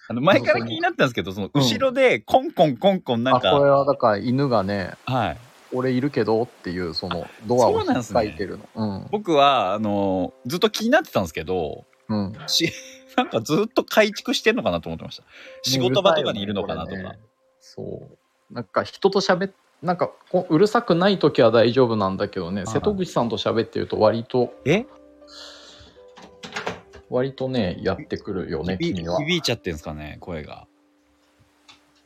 [SPEAKER 1] あの、前から気になったんですけど、その後ろでコンコンコンコンなん
[SPEAKER 2] あ、これ
[SPEAKER 1] か、
[SPEAKER 2] はだから犬がね、
[SPEAKER 1] はい。
[SPEAKER 2] 俺いるけどっていう、そのドアを
[SPEAKER 1] そうなん
[SPEAKER 2] 引っ
[SPEAKER 1] すね
[SPEAKER 2] かいてるの。うん
[SPEAKER 1] 僕は、あのーずっと気になってたんですけど、
[SPEAKER 2] うん。
[SPEAKER 1] し、 なんかずっと改築してんのかなと思ってました。仕事場とかにいるのかなと
[SPEAKER 2] うるさいよ
[SPEAKER 1] か
[SPEAKER 2] ね。そう。なんか人と喋っなんかこううるさくない時は大丈夫なんだけどね、
[SPEAKER 1] はい
[SPEAKER 2] 瀬戸口さんと喋ってると割と、
[SPEAKER 1] え
[SPEAKER 2] 割とね、やってくるよね、
[SPEAKER 1] 響
[SPEAKER 2] 君は。
[SPEAKER 1] 響いちゃってんですかね、声が。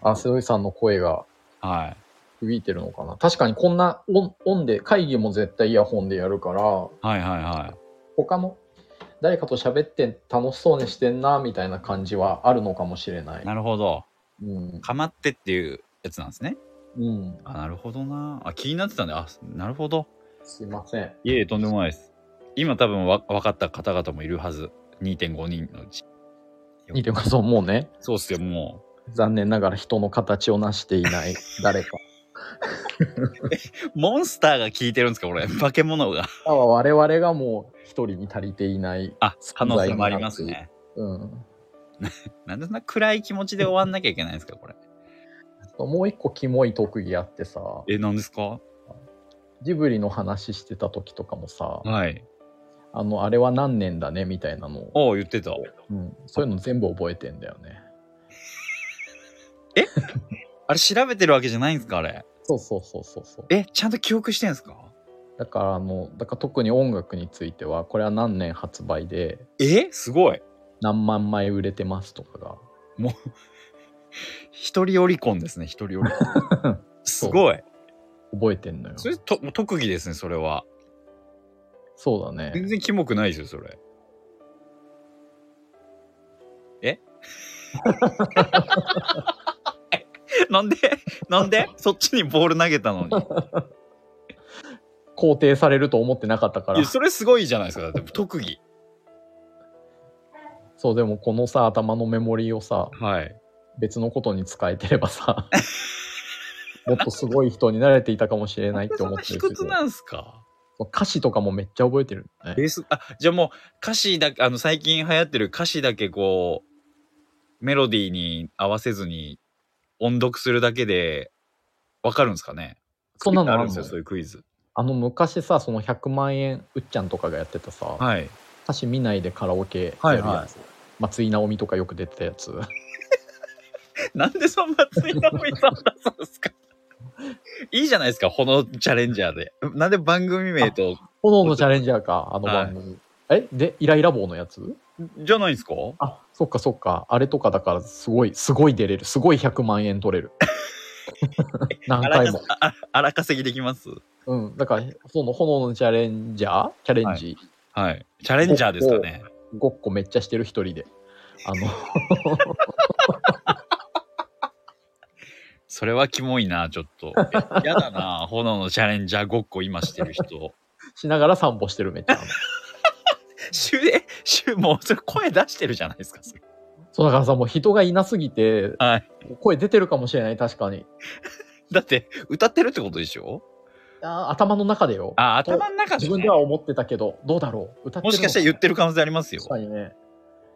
[SPEAKER 2] あ、瀬戸口さんの声が
[SPEAKER 1] はい。
[SPEAKER 2] 響いてるのかな。確かにこんなオンオンで、会議も絶対イヤホンでやるから、
[SPEAKER 1] はいはいはい。
[SPEAKER 2] 他の誰かと喋って楽しそうにしてんなみたいな感じはあるのかもしれない。
[SPEAKER 1] なるほど。
[SPEAKER 2] うん。
[SPEAKER 1] かまってっていうやつなんですね。
[SPEAKER 2] うん。
[SPEAKER 1] あ、なるほどな。あ、気になってたんで、あ、なるほど。
[SPEAKER 2] すいません。
[SPEAKER 1] いえいえ、とんでもないです。今多分わ分かった方々もいるはず。2.5人のうち。
[SPEAKER 2] いいでもそう、もうね、
[SPEAKER 1] そうっすよ、も
[SPEAKER 2] 残念ながら人の形をなして いない誰か。
[SPEAKER 1] う。モンスターが聞いてるんですか、これ。化け物が。
[SPEAKER 2] あ我々がもう一人に足りていない。
[SPEAKER 1] あ、可能性もありますね。
[SPEAKER 2] うん。
[SPEAKER 1] なんでそんな暗い気持ちで終わんなきゃいけないんですか、これ。
[SPEAKER 2] もう一個キモい特技あってさ、
[SPEAKER 1] え、なんですか
[SPEAKER 2] ジブリの話してた時とかもさ、
[SPEAKER 1] はい。
[SPEAKER 2] あの、あれは何年だねみたいなのを、
[SPEAKER 1] おう言ってた。
[SPEAKER 2] うん、そういうの全部覚えてんだよね。
[SPEAKER 1] あれ、調べてるわけじゃないんですか、あれ。
[SPEAKER 2] そうそうそうそうそう。
[SPEAKER 1] え、ちゃんと記憶してんですか
[SPEAKER 2] だからあのだから特に音楽についてはこれは何年発売で
[SPEAKER 1] えすごい。
[SPEAKER 2] 何万枚売れてますとかが
[SPEAKER 1] 一人オリコンですね、一人オリコン。 すごい。
[SPEAKER 2] 覚えてんのよ
[SPEAKER 1] それと、特技ですね、それは。
[SPEAKER 2] そうだ
[SPEAKER 1] 全
[SPEAKER 2] ね
[SPEAKER 1] 然キモくないですよ、それ。え なんでなんでそっちにボール投げたのに。
[SPEAKER 2] 肯定されると思ってなかったか
[SPEAKER 1] い
[SPEAKER 2] ら
[SPEAKER 1] やそれすごいじゃないですか、だって特技。
[SPEAKER 2] そうでもこのさ頭のメモリーをさ
[SPEAKER 1] はい。
[SPEAKER 2] 別のことに使えてればさ もっとすごい人になれていたかもしれないって
[SPEAKER 1] そん
[SPEAKER 2] 思っ
[SPEAKER 1] な
[SPEAKER 2] て
[SPEAKER 1] 卑
[SPEAKER 2] るけど
[SPEAKER 1] 屈なんすか
[SPEAKER 2] 歌詞とかもめっちゃ覚えてる、
[SPEAKER 1] ベ
[SPEAKER 2] ね、
[SPEAKER 1] ース、あ、じゃあもう歌詞だけ、あの、最近流行ってる歌詞だけこう、メロディーに合わせずに音読するだけで、わかるんですかね
[SPEAKER 2] そんなの
[SPEAKER 1] あ
[SPEAKER 2] あ
[SPEAKER 1] るんで
[SPEAKER 2] る
[SPEAKER 1] す
[SPEAKER 2] の
[SPEAKER 1] よ、そういうクイズ。
[SPEAKER 2] あの昔さその100万円うっちゃんとかがやってたさ、
[SPEAKER 1] はい。
[SPEAKER 2] 歌詞見ないでカラオケや
[SPEAKER 1] は
[SPEAKER 2] る
[SPEAKER 1] い
[SPEAKER 2] やつ、
[SPEAKER 1] はい
[SPEAKER 2] 松井直美とかよく出てたやつ
[SPEAKER 1] なんでそんなツイッターもいたんだそうですか いいじゃないですか、このチャレンジャーで。なんで番組名と、
[SPEAKER 2] 炎のチャレンジャーか、あの番組。えで、イライラ棒のやつ
[SPEAKER 1] じゃないですか
[SPEAKER 2] あ、そっかそっか。あれとかだから、すごい、すごい出れる。すごい100万円取れる。何
[SPEAKER 1] 荒
[SPEAKER 2] 回
[SPEAKER 1] か
[SPEAKER 2] も。
[SPEAKER 1] あ荒稼ぎできます
[SPEAKER 2] うん。だから、その炎のチャレンジャーチャレンジ、
[SPEAKER 1] はい。チャレンジャーですかね。
[SPEAKER 2] ごっこめっちゃしてる一人で。あの、
[SPEAKER 1] それはキモいな、ちょっと。えやだな、炎のチャレンジャーごっこ今してる人。
[SPEAKER 2] しながら散歩してるめっちゃ。
[SPEAKER 1] シュえ、シュもうそれ声出してるじゃないですか、それ。
[SPEAKER 2] そうだからさ、もう人がいなすぎて、
[SPEAKER 1] はい。
[SPEAKER 2] 声出てるかもしれない、確かに。
[SPEAKER 1] だって、歌ってるってことでしょ
[SPEAKER 2] あー頭の中でよ。
[SPEAKER 1] あ、頭の中で、
[SPEAKER 2] 自
[SPEAKER 1] ね。
[SPEAKER 2] 分では思ってたけど、どうだろう歌って
[SPEAKER 1] もしかしたら言ってる可能性あります
[SPEAKER 2] る
[SPEAKER 1] よ
[SPEAKER 2] の。かな。確かにね。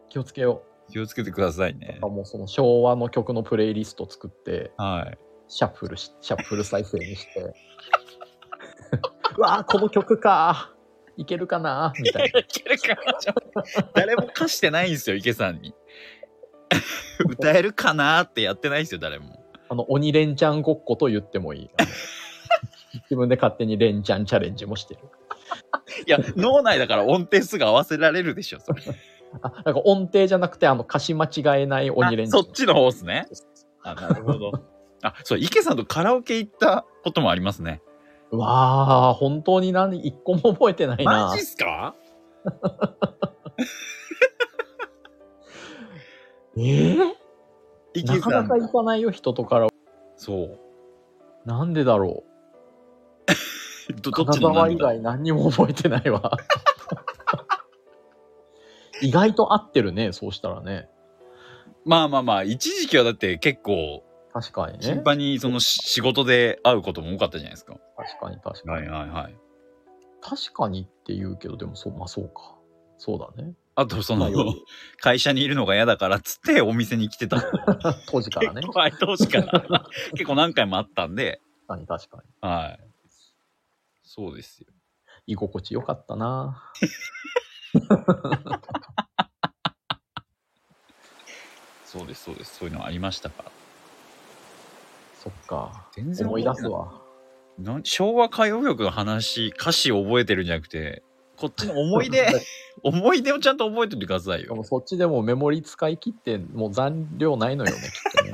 [SPEAKER 2] 気をつけよ。
[SPEAKER 1] 気をつけてくださいうね
[SPEAKER 2] なんか。もうその昭和の曲のプレイリスト作って、
[SPEAKER 1] はい。
[SPEAKER 2] シャッフルし、シャッフル再生 にして。うわあ、この曲か。いけるかなみたいな。
[SPEAKER 1] 誰も貸してないんですよ、池さん に。歌えるかなってやってないんですよ、誰も。
[SPEAKER 2] あの、鬼レンチャンごっこと言ってもいい。 あの自分で勝手にレンチャンチャレンジもしてる。
[SPEAKER 1] いや、脳内だから音程数が合わせられるでしょ、それ。
[SPEAKER 2] あ、なんか音程じゃなくて、あの、歌詞間違えない鬼レン
[SPEAKER 1] あ
[SPEAKER 2] チャ
[SPEAKER 1] そっ
[SPEAKER 2] ン。
[SPEAKER 1] ちの方ですね。あ、なるほど。 あ、そう、池さんとカラオケ行ったこともありますね。
[SPEAKER 2] うわあ、本当に何、一個も覚えてないな。
[SPEAKER 1] っすか
[SPEAKER 2] ええ
[SPEAKER 1] 池
[SPEAKER 2] な
[SPEAKER 1] さ
[SPEAKER 2] かなんか。行かないよ、人とから。
[SPEAKER 1] そう。
[SPEAKER 2] なんでだろ
[SPEAKER 1] ど
[SPEAKER 2] う。
[SPEAKER 1] どっ
[SPEAKER 2] 金
[SPEAKER 1] ちの
[SPEAKER 2] 沢以
[SPEAKER 1] 涙
[SPEAKER 2] 外何にも覚えてな いわ。意外と合ってるね、そうしたらね。
[SPEAKER 1] まあまあまあ、一時期はだって結構、
[SPEAKER 2] 確かにね
[SPEAKER 1] 頻。繁にそのし仕事で会うことも多かったじゃないですか。
[SPEAKER 2] 確かに確か
[SPEAKER 1] は
[SPEAKER 2] に
[SPEAKER 1] い。はいはい。
[SPEAKER 2] 確かにって言うけど、でもそう、まあそうか。そうだね。
[SPEAKER 1] あと、その
[SPEAKER 2] まあ、より
[SPEAKER 1] 会社にいるのが嫌だからっつってお店に来てた。
[SPEAKER 2] 当時から ね。
[SPEAKER 1] 結
[SPEAKER 2] 確
[SPEAKER 1] 構愛おしから。結構何回もあったんで、
[SPEAKER 2] かに確かに。
[SPEAKER 1] はい。そうですよ。
[SPEAKER 2] 居心地よかったな。
[SPEAKER 1] そうです、そうです。そういうのありましたから。
[SPEAKER 2] そっか。
[SPEAKER 1] 全然
[SPEAKER 2] 思
[SPEAKER 1] 覚え
[SPEAKER 2] い
[SPEAKER 1] てな
[SPEAKER 2] 出
[SPEAKER 1] い
[SPEAKER 2] すわ。
[SPEAKER 1] なん昭和歌謡曲の話、歌詞を覚えてるんじゃなくて、こっち の思い出、思い出をちゃんと覚えておいてください
[SPEAKER 2] でも
[SPEAKER 1] よ。
[SPEAKER 2] そっちでもメモリ使い切って、もう残量ないのよね、きっとね。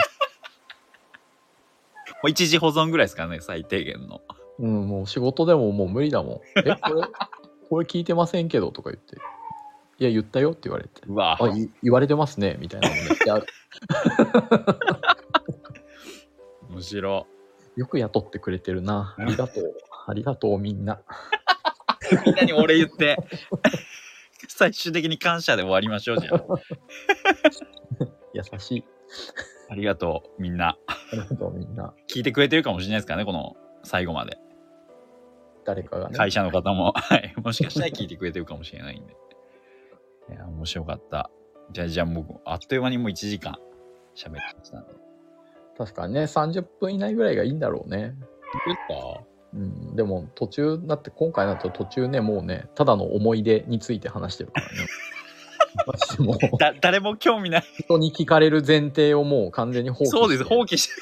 [SPEAKER 1] もう一時保存ぐらいですからね、最低限の。
[SPEAKER 2] うん、もう仕事でももう無理だもん。え、これ、 これ聞いてませんけどとか言って。いや、言ったよって言われて。
[SPEAKER 1] うわ
[SPEAKER 2] あ、い言われてますね、みたいなのめっちゃある。
[SPEAKER 1] むしろ。
[SPEAKER 2] よく雇ってくれてるな。ありがとう。ありがとう、みんな。
[SPEAKER 1] みんなに俺言って、最終的に感謝で終わりましょうじゃん。
[SPEAKER 2] 優しい。
[SPEAKER 1] ありがとう、みんな。
[SPEAKER 2] ありがとう、みんな。
[SPEAKER 1] 聞いてくれてるかもしれないですからね、この最後まで。
[SPEAKER 2] 誰かがね。
[SPEAKER 1] 会社の方も、はい。もしかしたら聞いてくれてるかもしれないんで。いや、面白かった。じゃあ、じゃあ、僕、あっという間にもう1時間喋ってましたんで。い
[SPEAKER 2] 確かにね、30分以内ぐらいがいいんだろうね。
[SPEAKER 1] いですか
[SPEAKER 2] うん、でも途中、だって今回だと途中ね、もうね、ただの思い出について話してる からね。私も
[SPEAKER 1] だ誰も興味ない。
[SPEAKER 2] 人に聞かれる前提をもう完全に放棄して
[SPEAKER 1] そうです。放棄して。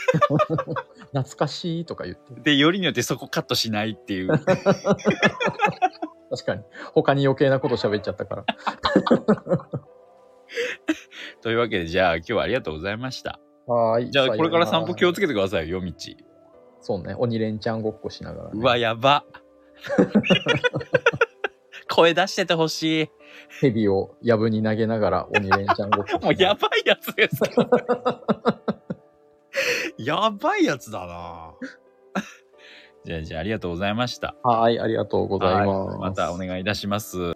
[SPEAKER 2] 懐かしいとか言ってる。
[SPEAKER 1] で、よりによってそこカットしないっていう。
[SPEAKER 2] 確かに。他に余計なこと喋っちゃったから。
[SPEAKER 1] というわけで、じゃあ、今日はありがとうございました。
[SPEAKER 2] はーい。
[SPEAKER 1] じゃあ、これから散歩気をつ
[SPEAKER 2] け
[SPEAKER 1] けてくださいよ、夜道。
[SPEAKER 2] そうね、鬼レンチャンごっこしながら、
[SPEAKER 1] う
[SPEAKER 2] ね。
[SPEAKER 1] わ、や ば。声出しててほしい。
[SPEAKER 2] 蛇をやぶに投げながら鬼レンチャンごっこしながら。
[SPEAKER 1] もうやばいやつですけど やばいやつだな。 じゃあ、じゃあ、ありがとうございました。
[SPEAKER 2] はーい、ありがとうございます。
[SPEAKER 1] はいまたお願いいたします。